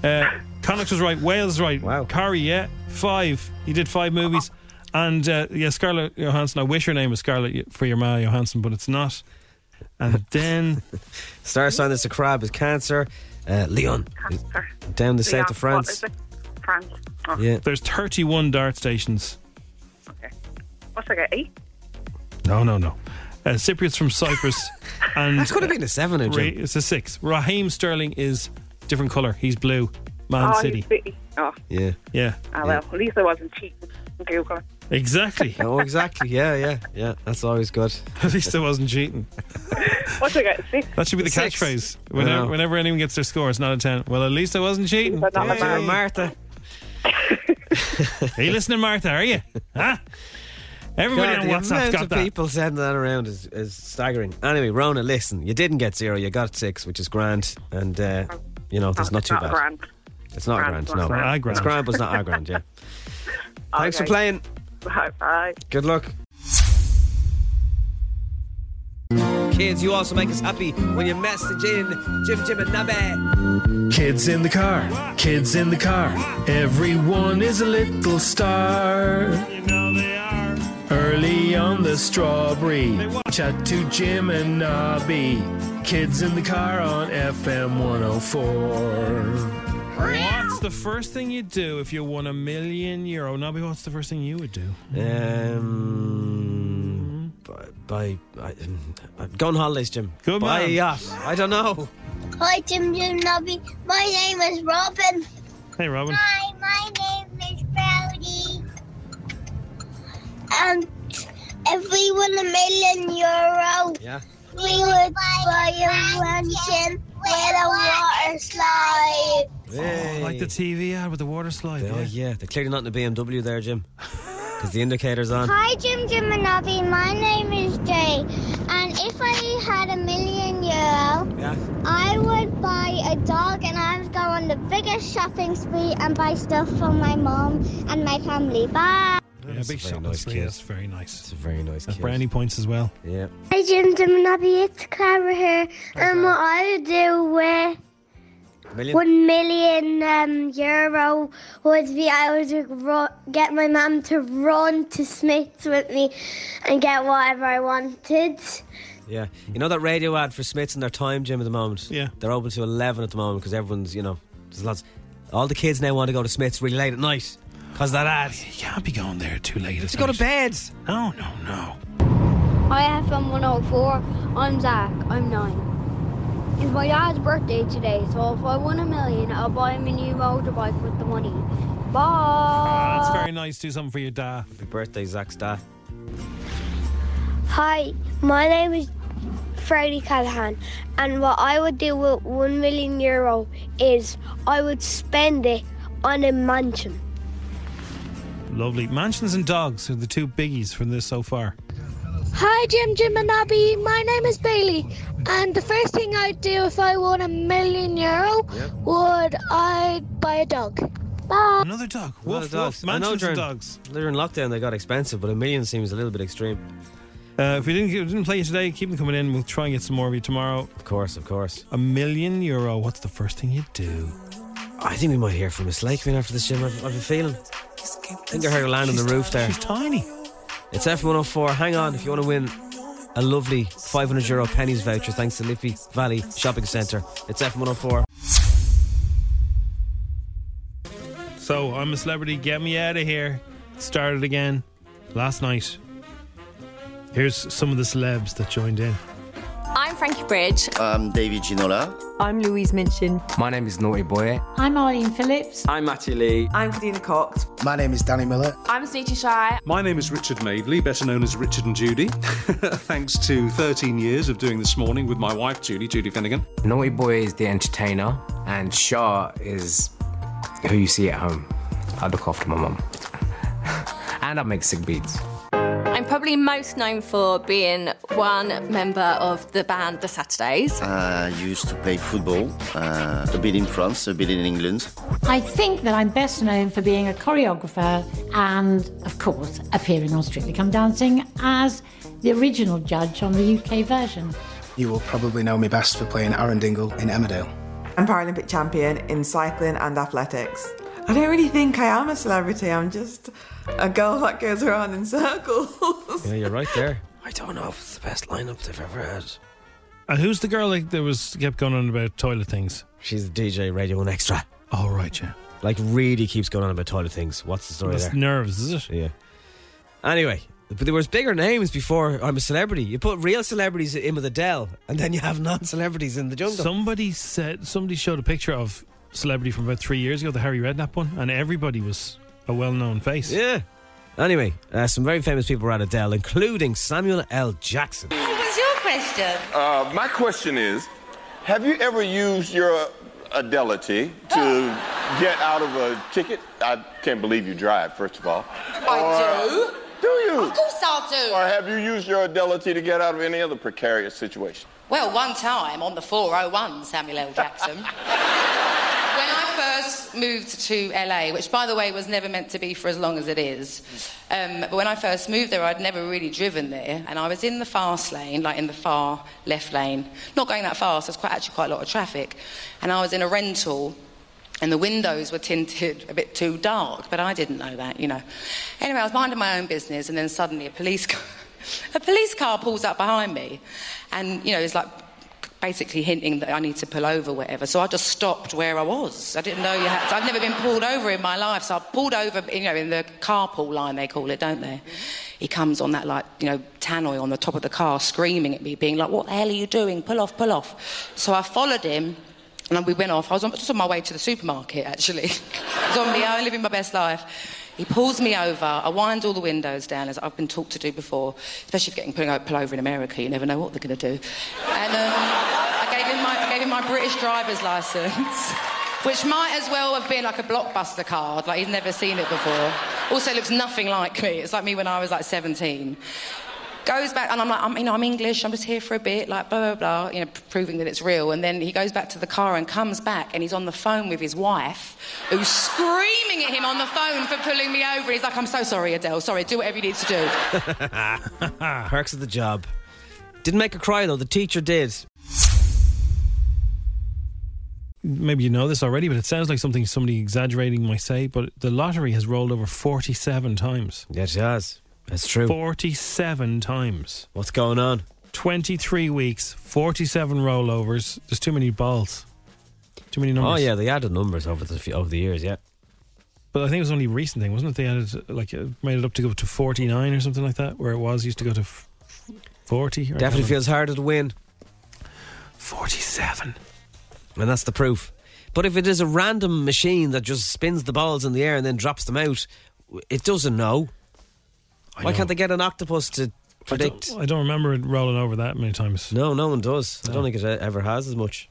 Speaker 2: Uh, Connacht was right. Wales right. Wow. Carrie, yeah, five. He did five movies. And uh, yeah, Scarlett Johansson. I wish her name was Scarlett for your ma Johansson, but it's not. And then
Speaker 3: Star sign that's a crab is cancer. Uh, Leon. Down the south of France.
Speaker 18: France. Oh.
Speaker 3: Yeah.
Speaker 2: There's 31 dart stations.
Speaker 18: What's I get? Eight?
Speaker 2: No, no, no. Uh, Cypriots from Cyprus. and
Speaker 3: That could have been a seven, Jim.
Speaker 2: It's a six. Raheem Sterling is different colour. He's blue. Man
Speaker 18: oh,
Speaker 2: City.
Speaker 18: he's bitty. Oh,
Speaker 3: Yeah.
Speaker 2: Yeah.
Speaker 18: ah, well, at least I wasn't cheating. on Google.
Speaker 2: Exactly.
Speaker 3: oh, exactly. Yeah, yeah, yeah. That's always good.
Speaker 2: At least I wasn't cheating.
Speaker 18: What's I get? Six?
Speaker 2: That should be the
Speaker 3: Six.
Speaker 2: catchphrase. Whenever,
Speaker 3: Wow.
Speaker 2: whenever anyone gets their score, it's not a 10. Well, at least I wasn't cheating.
Speaker 18: But not my
Speaker 2: Yay.
Speaker 18: man.
Speaker 3: Martha.
Speaker 2: Are you listening, Martha? Are you? Huh? Everybody
Speaker 3: God,
Speaker 2: on
Speaker 3: the
Speaker 2: WhatsApp's
Speaker 3: amount
Speaker 2: got
Speaker 3: of
Speaker 2: that.
Speaker 3: people sending that around is, is staggering. Anyway, Rona, listen, you didn't get zero, you got six, which is grand, and uh, you know that's not too
Speaker 18: Not
Speaker 3: bad.
Speaker 18: grand.
Speaker 3: It's not
Speaker 18: Grand,
Speaker 3: grand,
Speaker 18: grand,
Speaker 3: no.
Speaker 18: grand.
Speaker 3: It's grand, but it's not our grand. Yeah. Thanks for
Speaker 18: Okay.
Speaker 3: playing.
Speaker 18: Bye. Bye.
Speaker 3: Good luck. Kids, you also make us happy when you message in Jim Jim and Nabe.
Speaker 19: Kids in the car, kids in the car. Everyone is a little star. Early on the strawberry, chat to Jim and Nobby. Kids in the car on FM 104.
Speaker 2: What's the first thing you'd do if you won a million euro? Nobby, what's the first thing you would do?
Speaker 3: Um, by, by I, I've gone holidays, Jim. Good by
Speaker 2: man.
Speaker 3: a yacht. I don't know.
Speaker 8: Hi, Jim Jim Nobby. My name is Robin.
Speaker 2: Hey, Robin.
Speaker 8: Hi, my name is Brody. And if we won a million euro,
Speaker 3: Yeah.
Speaker 8: we would buy a mansion with a water slide.
Speaker 2: Oh, like the TV ad with the water slide.
Speaker 3: Oh yeah, they're clearly not in the BMW there, Jim, because the indicator's on.
Speaker 8: Hi, Jim Jim and Nobby. My name is Jay. And if I had a million euro,
Speaker 3: Yeah.
Speaker 8: I would buy a dog and I would go on the biggest shopping spree and buy stuff for my mom and my family. Bye.
Speaker 2: Yeah, big shopping spree. That's very nice. It's
Speaker 3: a very nice
Speaker 2: And brownie points as well.
Speaker 3: Yeah.
Speaker 8: Hi, Jim Jim and Nobby. It's Clara here. And what I would do with one million um, euro would be I would ru- get my mum to run to Smith's with me and get whatever I wanted.
Speaker 3: Yeah. You know that radio ad for Smiths and their time gym at the moment? Yeah. They're open to 11 at the moment because everyone's, you know, there's lots. All the kids now want to go to Smiths really late at night because that ad. You
Speaker 2: can't be going there too late.
Speaker 3: Let's go to bed.
Speaker 2: No, no, no.
Speaker 20: Hi, FM 104. I'm Zach. I'm nine. It's my dad's birthday today, so if I won a million, I'll buy him a new motorbike with the money. Bye.
Speaker 2: That's very nice. Do something for your dad.
Speaker 3: Happy birthday, Zach's dad.
Speaker 21: Hi, my name is Freddie Callahan, and what I would do with one million euro is I would spend it on a mansion.
Speaker 2: Lovely. Mansions and dogs are the two biggies from this so far.
Speaker 22: Hi, Jim, Jim, and Abby. My name is Bailey, and the first thing I'd do if I won a million euro would I buy a dog. Bye.
Speaker 2: Another dog.
Speaker 3: A lot
Speaker 2: Woof,
Speaker 3: of dogs.
Speaker 2: woof.
Speaker 3: I know
Speaker 2: Mansions and
Speaker 3: during-
Speaker 2: dogs.
Speaker 3: They're in lockdown, they got expensive, but a million seems a little bit extreme.
Speaker 2: Uh, if we didn't, if we didn't play you today, keep them coming in. We'll try and get some more of you tomorrow. Of
Speaker 3: course, of course.
Speaker 2: A million euro. What's the first thing you do?
Speaker 3: I think we might hear from Miss Lakeman after this, Jim. I've, I've a feeling. I think I heard her land on the roof there. She's
Speaker 2: tiny.
Speaker 3: It's F104. Hang on if you want to win a lovely 500 euro pennies voucher thanks to Liffey Valley Shopping Centre. It's F104.
Speaker 2: So I'm a celebrity. Get me out of here. Started again last night. Here's some of the celebs that joined in.
Speaker 23: I'm Frankie Bridge.
Speaker 24: I'm David Ginola.
Speaker 23: I'm Louise Minchin.
Speaker 24: My name is Naughty Boy.
Speaker 23: I'm Arlene Phillips.
Speaker 24: I'm Matty Lee.
Speaker 23: I'm Dina Cox.
Speaker 24: My name is Danny Miller.
Speaker 23: I'm Sneaky Shy.
Speaker 25: My name is Richard Madeley, better known as Richard and Judy. Thanks to 13 years of doing this morning with my wife, Judy, Judy Finnegan.
Speaker 24: Naughty Boy is the entertainer, and Shah is who you see at home. I look after my mum. and I make sick beats.
Speaker 23: I'm
Speaker 10: probably most known for being one member of the band The Saturdays.
Speaker 9: I used to play football, uh, a bit in France, a bit in England.
Speaker 4: I think that I'm best known for being a choreographer and, of course, appearing on Strictly Come Dancing as the original judge on the UK version.
Speaker 6: You will probably know me best for playing Arundingle in Emmerdale.
Speaker 7: I'm Paralympic champion in cycling and athletics. I don't really think I am a celebrity, I'm just a girl that goes around in circles.
Speaker 3: Yeah, you're right there.
Speaker 5: I don't know if it's the best lineup they've ever had.
Speaker 2: And who's the girl like, that was kept going on about toilet things?
Speaker 3: She's the DJ Radio 1 Extra.
Speaker 2: Oh, right, yeah.
Speaker 3: Like, really keeps going on about toilet things. What's the story
Speaker 2: That's
Speaker 3: there?
Speaker 2: nerves, is it?
Speaker 3: Yeah. Anyway, but there was bigger names before I'm a celebrity. You put real celebrities in with Adele, and then you have non-celebrities in the jungle.
Speaker 2: Somebody said somebody showed a picture of celebrity from about three years ago, the Harry Redknapp one, and everybody was a well-known face.
Speaker 3: Yeah. Anyway, uh, some very famous people were at Adele, including Samuel L. Jackson.
Speaker 26: What was your question?
Speaker 27: Uh, my question is Have you ever used your adelity to get out of a ticket? I can't believe you drive, first of all.
Speaker 26: I do.
Speaker 27: Do you?
Speaker 26: Of course I do.
Speaker 27: Or have you used your adelity to get out of any other precarious situation?
Speaker 26: Well, one time on the 401, Samuel L. Jackson. when I first moved to LA, which by the way was never meant to be for as long as it is, um, but when I first moved there, I'd never really driven there, and I was in the fast lane, like in the far left lane, not going that fast, there's quite, actually quite a lot of traffic, and I was in a rental. And the windows were tinted a bit too dark, but I didn't know that, you know. Anyway, I was minding my own business, and then suddenly a police car, a police car pulls up behind me, and you know, it's like basically hinting that I need to pull over, whatever. So I just stopped where I was. I didn't know you had. To, I've never been pulled over in my life, so I pulled over, you know, in the carpool line they call it, don't they? He comes on that like, you know, tannoy on the top of the car, screaming at me, being like, "What the hell are you doing? Pull off, pull off!" So I followed him. And then we went off. I was on, just on my way to the supermarket, actually. I was on my own, living my best life. He pulls me over. I wind all the windows down, as I've been taught to do before, especially if getting pulled pull over in America. You never know what they're going to do. And um, I, gave him my, I gave him my British driver's license, which might as well have been like a blockbuster card. Like he's never seen it before. Also looks nothing like me. It's like me when I was like 17 goes back, and I'm like, I'm, you know, I'm English, I'm just here for a bit, like blah, blah, blah, you know, p- proving that it's real. And then he goes back to the car and comes back, and he's on the phone with his wife, who's screaming at him on the phone for pulling me over. He's like, I'm so sorry, Adele, sorry, do whatever you need to do.
Speaker 3: Perks of the job. Didn't make her cry though. The teacher did.
Speaker 2: Maybe you know this already, but it sounds like something somebody exaggerating might say. But the lottery has rolled over forty-seven times.
Speaker 3: Yes, it has. That's true.
Speaker 2: Forty-seven times.
Speaker 3: What's going on?
Speaker 2: Twenty-three weeks, forty-seven rollovers. There's too many balls. Too many numbers.
Speaker 3: Oh yeah, they added numbers over the few- over the years. Yeah.
Speaker 2: But I think it was only a recent thing, wasn't it? They added like uh, made it up to go to forty nine or something like that, where it was used to go to f- forty. Or
Speaker 3: Definitely feels harder to win,
Speaker 2: forty seven.
Speaker 3: and that's the proof. But if it is a random machine that just spins the balls in the air and then drops them out, w- it doesn't know.
Speaker 2: I
Speaker 3: Why
Speaker 2: know.
Speaker 3: can't they get an octopus to
Speaker 2: I
Speaker 3: predict?
Speaker 2: don't, I don't remember it rolling over that many times.
Speaker 3: No, no one does. I don't think it e-, ever has as much.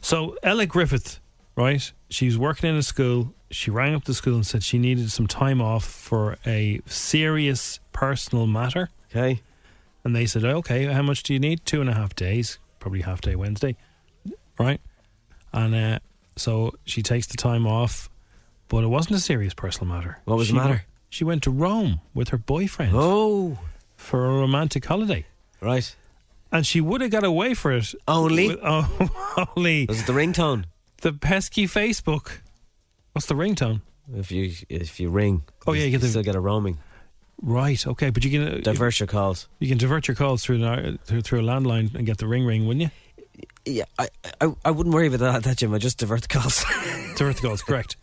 Speaker 2: So Ella Griffith, right? She's working in a school. She rang up the school and said she needed some time off for a serious personal matter.
Speaker 3: Okay.
Speaker 2: And they said, "Oh, okay, how much do you need? Two and a half days, probably half day Wednesday, right? And uh, so she takes the time off, but it wasn't a serious personal matter.
Speaker 3: What was the
Speaker 2: She
Speaker 3: matter?
Speaker 2: went- She went to Rome with her boyfriend.
Speaker 3: Oh,
Speaker 2: for a romantic holiday.
Speaker 3: right.
Speaker 2: And she would have got away for it.
Speaker 3: Only
Speaker 2: With- oh, only
Speaker 3: was it the ringtone?
Speaker 2: the pesky Facebook. What's the ringtone?
Speaker 3: If you if you ring,
Speaker 2: Oh, yeah, you get the-
Speaker 3: still get a roaming.
Speaker 2: Right. Okay, but you can
Speaker 3: Divert your calls.
Speaker 2: you can divert your calls through an, through, through a landline and get the ring ring, wouldn't you?
Speaker 3: Yeah, I, I I wouldn't worry about that, that Jim. I just divert the calls.
Speaker 2: Divert the calls, correct.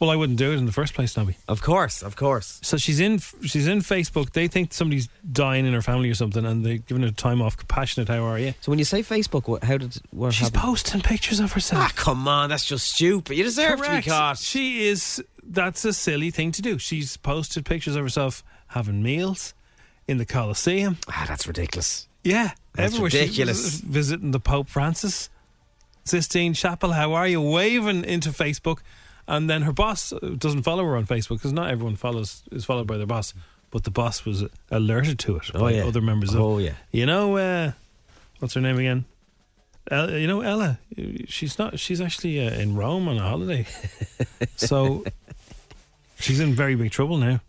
Speaker 2: Well, I wouldn't do it in the first place, Nobby.
Speaker 3: of course, of course.
Speaker 2: So she's in she's in Facebook. They think somebody's dying in her family or something, and they're giving her time off. Compassionate, how are you?
Speaker 3: So when you say Facebook, what, how did what
Speaker 2: She's
Speaker 3: happened?
Speaker 2: posting pictures of herself.
Speaker 3: ah, come on, that's just stupid. You deserve to
Speaker 2: Correct.
Speaker 3: be caught.
Speaker 2: She is. That's a silly thing to do. She's posted pictures of herself having meals in the Colosseum.
Speaker 3: Ah, that's ridiculous.
Speaker 2: Yeah,
Speaker 3: That's
Speaker 2: she was uh,
Speaker 3: ridiculous.
Speaker 2: visiting the Pope Francis, Sistine Chapel. How are you? Waving into Facebook, and then her boss uh, doesn't follow her on Facebook because not everyone follows is followed by their boss. but the boss was alerted to it by
Speaker 3: yeah.
Speaker 2: other members.
Speaker 3: Oh,
Speaker 2: of,
Speaker 3: yeah.
Speaker 2: You know, uh, what's her name again? El- you know, Ella. She's not. She's actually uh, in Rome on a holiday, so she's in very big trouble now.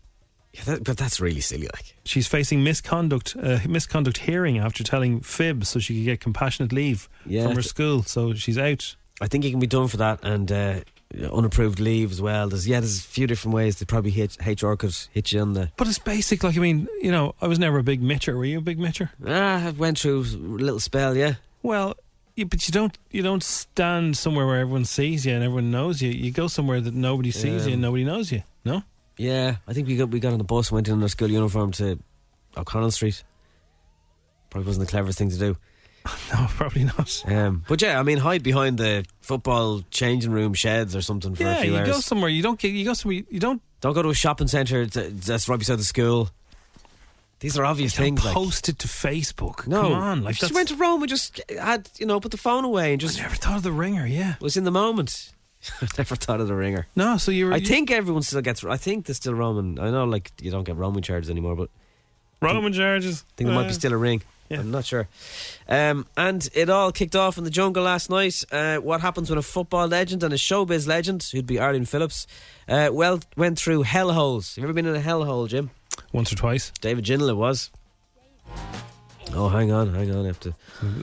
Speaker 3: Yeah, that, but that's really silly. Like,
Speaker 2: She's facing misconduct uh, misconduct hearing after telling fibs, so she could get compassionate leave
Speaker 3: Yeah.
Speaker 2: from her school. So she's out.
Speaker 3: I think you can be done for that and uh, unapproved leave as well. There's yeah, there's a few different ways. They probably hit HR could hit you on the.
Speaker 2: But it's basic. Like I mean, you know, I was never a big mitcher. Were you a big mitcher?
Speaker 3: Ah, I went through a little spell. Yeah.
Speaker 2: Well, you, but you don't you don't stand somewhere where everyone sees you and everyone knows you. You go somewhere that nobody sees
Speaker 3: Um,
Speaker 2: you and nobody knows you. No.
Speaker 3: Yeah, I think we got we got on the bus and went in our school uniform to O'Connell Street. Probably wasn't the cleverest thing to do.
Speaker 2: No, probably not.
Speaker 3: Um, but yeah, I mean, hide behind the football changing room sheds or something for a
Speaker 2: Yeah,
Speaker 3: few
Speaker 2: you
Speaker 3: hours.
Speaker 2: go somewhere. You don't get. You go somewhere. You don't.
Speaker 3: Don't go to a shopping centre t- that's right beside the school. These are obvious
Speaker 2: You don't
Speaker 3: things. like-
Speaker 2: post it to Facebook.
Speaker 3: No,
Speaker 2: Come on, like
Speaker 3: If you
Speaker 2: that's.
Speaker 3: just went to Rome and just had you know put the phone away and just
Speaker 2: never thought of the ringer. Yeah,
Speaker 3: was in the moment. I never thought of the ringer.
Speaker 2: No, so you. Were,
Speaker 3: I
Speaker 2: you-
Speaker 3: think everyone still gets. I think there's still Roman. I know, like you don't get Roman charges anymore, but
Speaker 2: Roman charges.
Speaker 3: I think there might be
Speaker 2: Uh,
Speaker 3: still a ring. I'm not sure. Um, and it all kicked off in the jungle last night. Uh, what happens when a football legend and a showbiz legend, who'd be Arlene Phillips, uh, well went through hellholes. You ever been in a hellhole, Jim?
Speaker 2: Once or twice.
Speaker 3: David Gindle it was. Oh, hang on, hang on. I have to.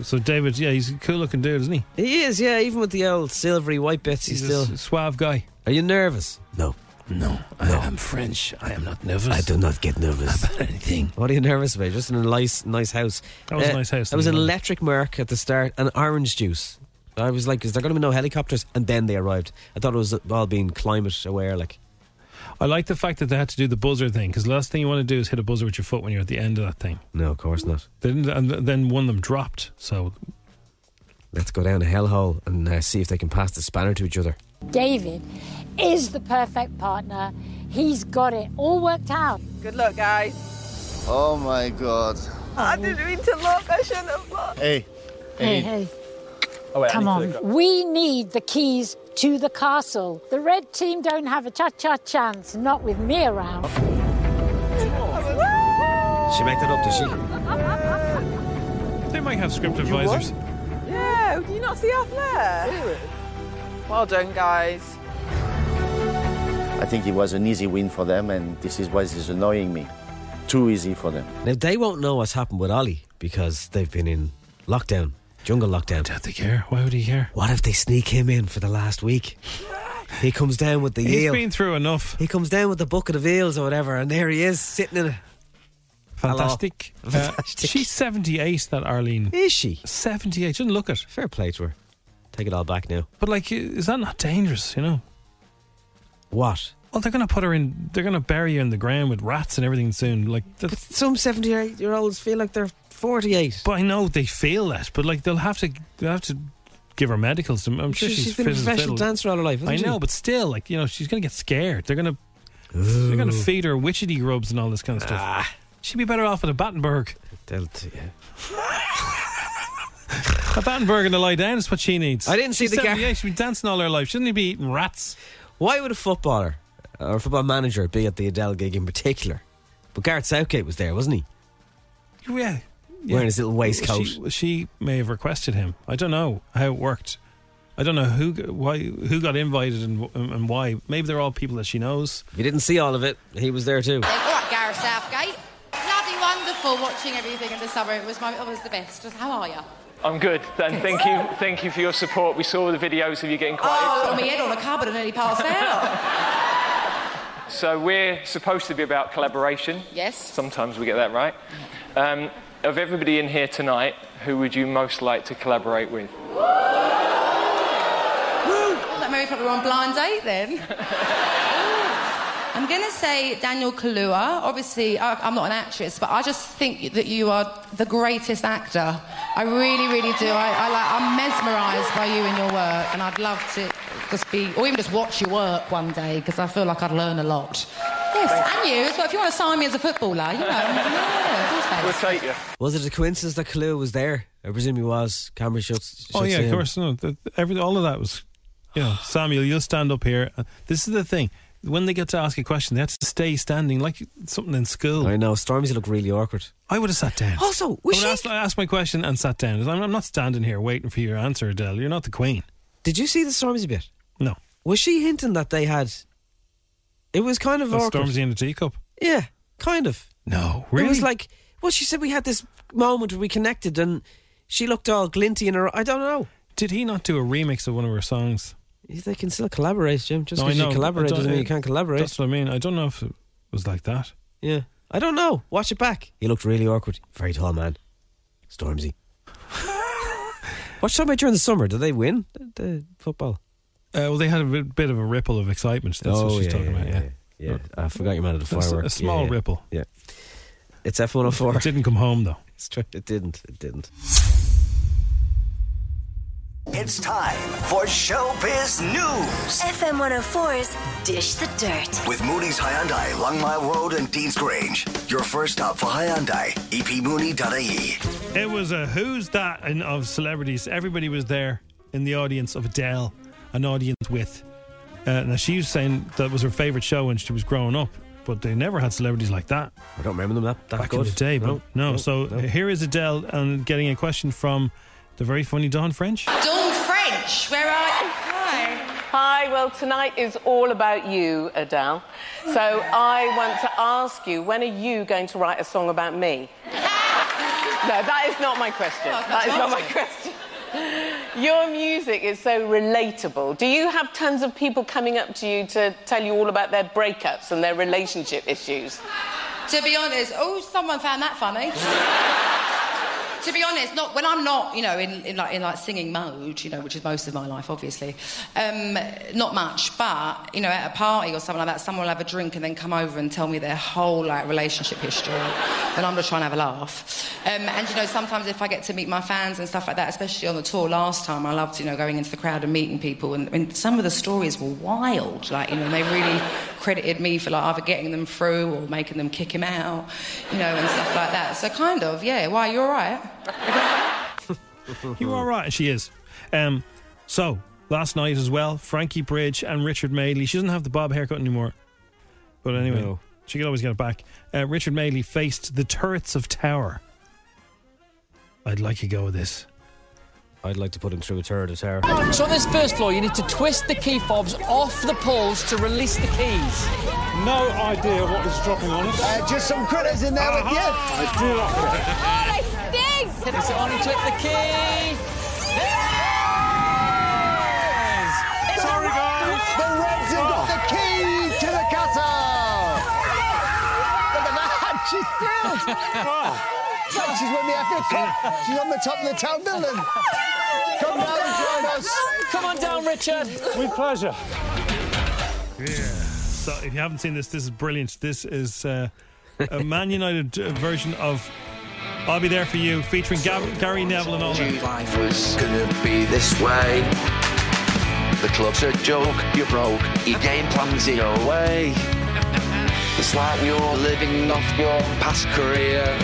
Speaker 2: So David, yeah, he's a cool looking dude, isn't he?
Speaker 3: He is, yeah. Even with the old silvery white bits, he's,
Speaker 2: He's a
Speaker 3: still
Speaker 2: s- suave guy.
Speaker 3: Are you nervous?
Speaker 1: No. No, I am French. I am not nervous. I do not get nervous about anything.
Speaker 3: What are you nervous about? Just in a nice, nice house. Eh,
Speaker 2: That was a nice house,
Speaker 3: That was an
Speaker 2: didn't it?
Speaker 3: electric mark at the start and orange juice. I was like, is there going to be no helicopters? And then they arrived. I thought it was all being climate aware. Like,
Speaker 2: I like the fact that they had to do the buzzer thing because the last thing you want to do is hit a buzzer with your foot when you're at the end of that thing.
Speaker 3: no, of course not.
Speaker 2: They didn't, and th- then one of them dropped. So
Speaker 3: Let's go down a hellhole and uh, see if they can pass the spanner to each other.
Speaker 11: David is the perfect partner. He's got it all worked out.
Speaker 7: Good luck, guys.
Speaker 9: Oh my god.
Speaker 7: I didn't mean to look. I shouldn't have looked.
Speaker 9: Hey.
Speaker 11: Hey, hey.
Speaker 9: Oh, wait, I
Speaker 11: Come
Speaker 9: need to
Speaker 11: on. We need the keys to the castle. The red team don't have a cha cha chance, not with me around.
Speaker 3: She made that up, did she?
Speaker 2: they might have script advisors.
Speaker 7: Yeah, do you not see our flare? Well done, guys.
Speaker 9: I think it was an easy win for them, and this is what is annoying me. Too easy for them.
Speaker 3: Now, they won't know what's happened with Ollie because they've been in lockdown, jungle lockdown. I
Speaker 2: don't they care. Why would he care?
Speaker 3: What if they sneak him in for the last week? he comes down with the
Speaker 2: He's
Speaker 3: eel.
Speaker 2: been through enough.
Speaker 3: He comes down with a bucket of eels or whatever, and there he is sitting in a.
Speaker 2: Fantastic. Uh, she's 78, that Arlene.
Speaker 3: Is she?
Speaker 2: 78. She Doesn't look it.
Speaker 3: Fair play to her. Take it all back now.
Speaker 2: But, like, i- is that not dangerous, you know?
Speaker 3: What?
Speaker 2: Well, they're going to put her in, they're going to bury her in the ground with rats and everything soon. Like, that's.
Speaker 3: Some 78 year olds feel like they're 48.
Speaker 2: But I know they feel that, but, like, they'll have to, they'll have to give her medicals. I'm, I'm sure
Speaker 3: She's
Speaker 2: she's,
Speaker 3: been a
Speaker 2: fit as
Speaker 3: professional
Speaker 2: fiddle.
Speaker 3: dancer all her life, hasn't
Speaker 2: I
Speaker 3: she?
Speaker 2: know, but still, like, you know, she's going to get scared. They're going to. They're going to feed her witchetty grubs and all this kind of stuff.
Speaker 3: Ah.
Speaker 2: She'd be better off at a Battenberg.
Speaker 3: They'll t- yeah.
Speaker 2: A Battenberg and a lie down is what she needs.
Speaker 3: I didn't see
Speaker 2: She's
Speaker 3: the gar-
Speaker 2: 78, She's been dancing all her life. Shouldn't he be eating rats?
Speaker 3: Why would a footballer or a football manager be at the Adele gig in particular? But Gareth Southgate was there, wasn't he?
Speaker 2: Yeah.
Speaker 3: Wearing his little waistcoat.
Speaker 2: She, she may have requested him. I don't know how it worked. I don't know who g- why who got invited and wh- and why. Maybe they're all people that she knows.
Speaker 3: You didn't see all of it. He was there too.
Speaker 26: All right, Gareth Southgate. Bloody wonderful watching everything in the summer. It was my, it was the best. How are you?
Speaker 12: I'm good, and thank you, thank you for your support. We saw the videos of you getting quite
Speaker 26: Oh, on my
Speaker 12: excited.
Speaker 26: head on a cupboard and nearly passed out.
Speaker 12: So we're supposed to be about collaboration.
Speaker 26: Yes.
Speaker 12: Sometimes we get that right. Um, of everybody in here tonight, who would you most like to collaborate with?
Speaker 26: Well, that maybe probably were on blind date then. I'm going to say Daniel Kaluuya. Obviously, I, I'm not an actress, but I just think that you are the greatest actor. I really, really do. I, I like, I'm mesmerised by you and your work, and I'd love to just be, or even just watch you work one day, because I feel like I'd learn a lot. Yes, and you as well. If you want to sign me as a footballer, you know. yeah, of course, babe.
Speaker 12: We'll take you.
Speaker 3: Was it a coincidence that Kalu was there? I presume he was. Camera shots.
Speaker 2: Oh
Speaker 3: shots
Speaker 2: yeah, of
Speaker 3: him.
Speaker 2: course. No, th- every all of that was. You know, Samuel, you'll stand up here. Uh, This is the thing. when they get to ask a question, they have to stay standing like something in school.
Speaker 3: I know. Stormzy look really awkward.
Speaker 2: I would have sat down.
Speaker 3: Also,
Speaker 2: I, would ask, I asked my question and sat down. I'm, I'm not standing here waiting for your answer, Adele. You're not the queen.
Speaker 3: Did you see the Stormzy bit?
Speaker 2: No.
Speaker 3: Was she hinting that they had? It was kind of
Speaker 2: That
Speaker 3: awkward.
Speaker 2: Stormzy in a teacup.
Speaker 3: Yeah, kind of.
Speaker 2: No,
Speaker 3: It was like, well, she said we had this moment where we connected, and she looked all glinty in her. I don't know.
Speaker 2: Did he not do a remix of one of her songs?
Speaker 3: They can still collaborate, Jim. Just
Speaker 2: No, I
Speaker 3: because
Speaker 2: know.
Speaker 3: you collaborate
Speaker 2: I don't-
Speaker 3: doesn't mean you can't collaborate.
Speaker 2: That's what I mean. I don't know if it was like that.
Speaker 3: Yeah. I don't know. Watch it back. He looked really awkward. Very tall man. Stormzy. What's that about during the summer? Did they win the, the football?
Speaker 2: Uh, well, they had a bit, bit of a ripple of excitement. That's
Speaker 3: Oh,
Speaker 2: what she's
Speaker 3: yeah,
Speaker 2: talking
Speaker 3: yeah,
Speaker 2: about. Yeah,
Speaker 3: yeah. I forgot you meant the
Speaker 2: A s-
Speaker 3: fireworks.
Speaker 2: A small
Speaker 3: Yeah, yeah.
Speaker 2: ripple.
Speaker 3: Yeah. It's F104. It
Speaker 2: didn't come home, though.
Speaker 3: It's true. It didn't. It didn't.
Speaker 1: It's time for Showbiz News
Speaker 17: FM 104's Dish the Dirt.
Speaker 1: with Mooney's Hyundai, Longmire Road, and Dean's Grange. Your first stop for Hyundai, E epmooney.ie.
Speaker 2: It was a who's that and of celebrities. Everybody was there in the audience of Adele, an audience with. Uh, now she was saying that was her favorite show when she was growing up, but they never had celebrities like that.
Speaker 3: I don't remember them that, that
Speaker 2: back
Speaker 3: good.
Speaker 2: in the day. But
Speaker 3: No,
Speaker 2: no,
Speaker 3: no,
Speaker 2: so
Speaker 3: no.
Speaker 2: here is Adele and getting a question from the very funny Don French.
Speaker 23: Dawn French, where are you? Hi. Hi, well, tonight is all about you, Adele. So I want to ask you, when are you going to write a song about me? no, that is not my question.
Speaker 28: Oh,
Speaker 23: that is not my
Speaker 28: fantastic.
Speaker 23: question. Your music is so relatable. Do you have tons of people coming up to you to tell you all about their breakups and their relationship issues?
Speaker 26: To be honest, oh, someone found that funny. to be honest, not when I'm not, you know, in, in like in like singing mode, you know, which is most of my life, obviously. Um, not much, but you know, at a party or something like that, someone will have a drink and then come over and tell me their whole like relationship history, and I'm just trying to have a laugh. Um, and you know, sometimes if I get to meet my fans and stuff like that, especially on the tour last time, I loved you know going into the crowd and meeting people, and, and some of the stories were wild. Like you know, they really credited me for like either getting them through or making them kick him out, you know, and stuff like that. So kind of, yeah. Why you're all right.
Speaker 3: Mm.
Speaker 2: You are right. She is. Um, so last night as well, Frankie Bridge and Richard Madeley. She doesn't have the bob haircut anymore, but anyway,
Speaker 3: No.
Speaker 2: she can always get it back. Uh, Richard Madeley faced the turrets of Tower. I'd like to go with this.
Speaker 3: I'd like to put him through a turret of terror.
Speaker 15: So on this first floor, you need to twist the key fobs off the poles to release the keys.
Speaker 16: No idea what is dropping on us.
Speaker 15: Uh, just some credits in there with you.
Speaker 2: Uh-huh.
Speaker 15: I do like it. Oh, they stink! Is it on and click the key? There it is! It's Sorry, guys. The Reds have got the key to the castle. Look at that. She's thrilled. It's like she's won the FA Cup. She's on the top of the town building. Come down and join us. Come on down, Richard.
Speaker 2: With pleasure. Yeah. So if you haven't seen this, this is brilliant. This is uh, a Man United uh, version of "I'll Be There for You" featuring Gav- Gary Neville and all that.
Speaker 7: Life was gonna be this way. The club's a joke, you're broke, your game plan's in your way. It's like you're living off your past career.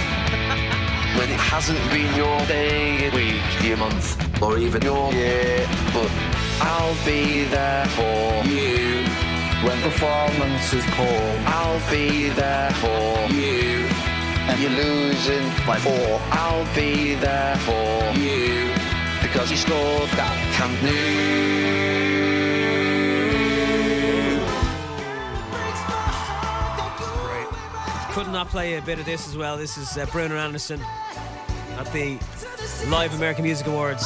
Speaker 7: When it hasn't been your day, week, your month, or even your year. But I'll be there for you. When performance is poor, I'll be there for you. And you're losing by four, I'll be there for you. Because you scored that Camp Nou.
Speaker 3: Could not play a bit of this as well. This is uh, Bruno Anderson at the Live American Music Awards.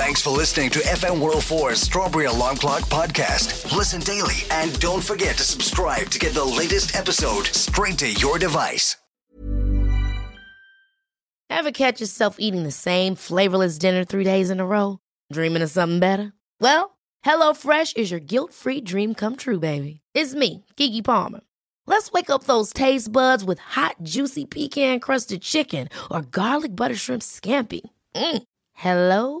Speaker 1: Thanks for listening to FM 104's Strawberry Alarm Clock podcast. Listen daily and don't forget to subscribe to get the latest episode straight to your device.
Speaker 10: Ever catch yourself eating the same flavorless dinner three days in a row? Dreaming of something better? Well, HelloFresh is your guilt free dream come true, baby. It's me, Kiki Palmer. Let's wake up those taste buds with hot, juicy pecan crusted chicken or garlic butter shrimp scampi. Mm. Hello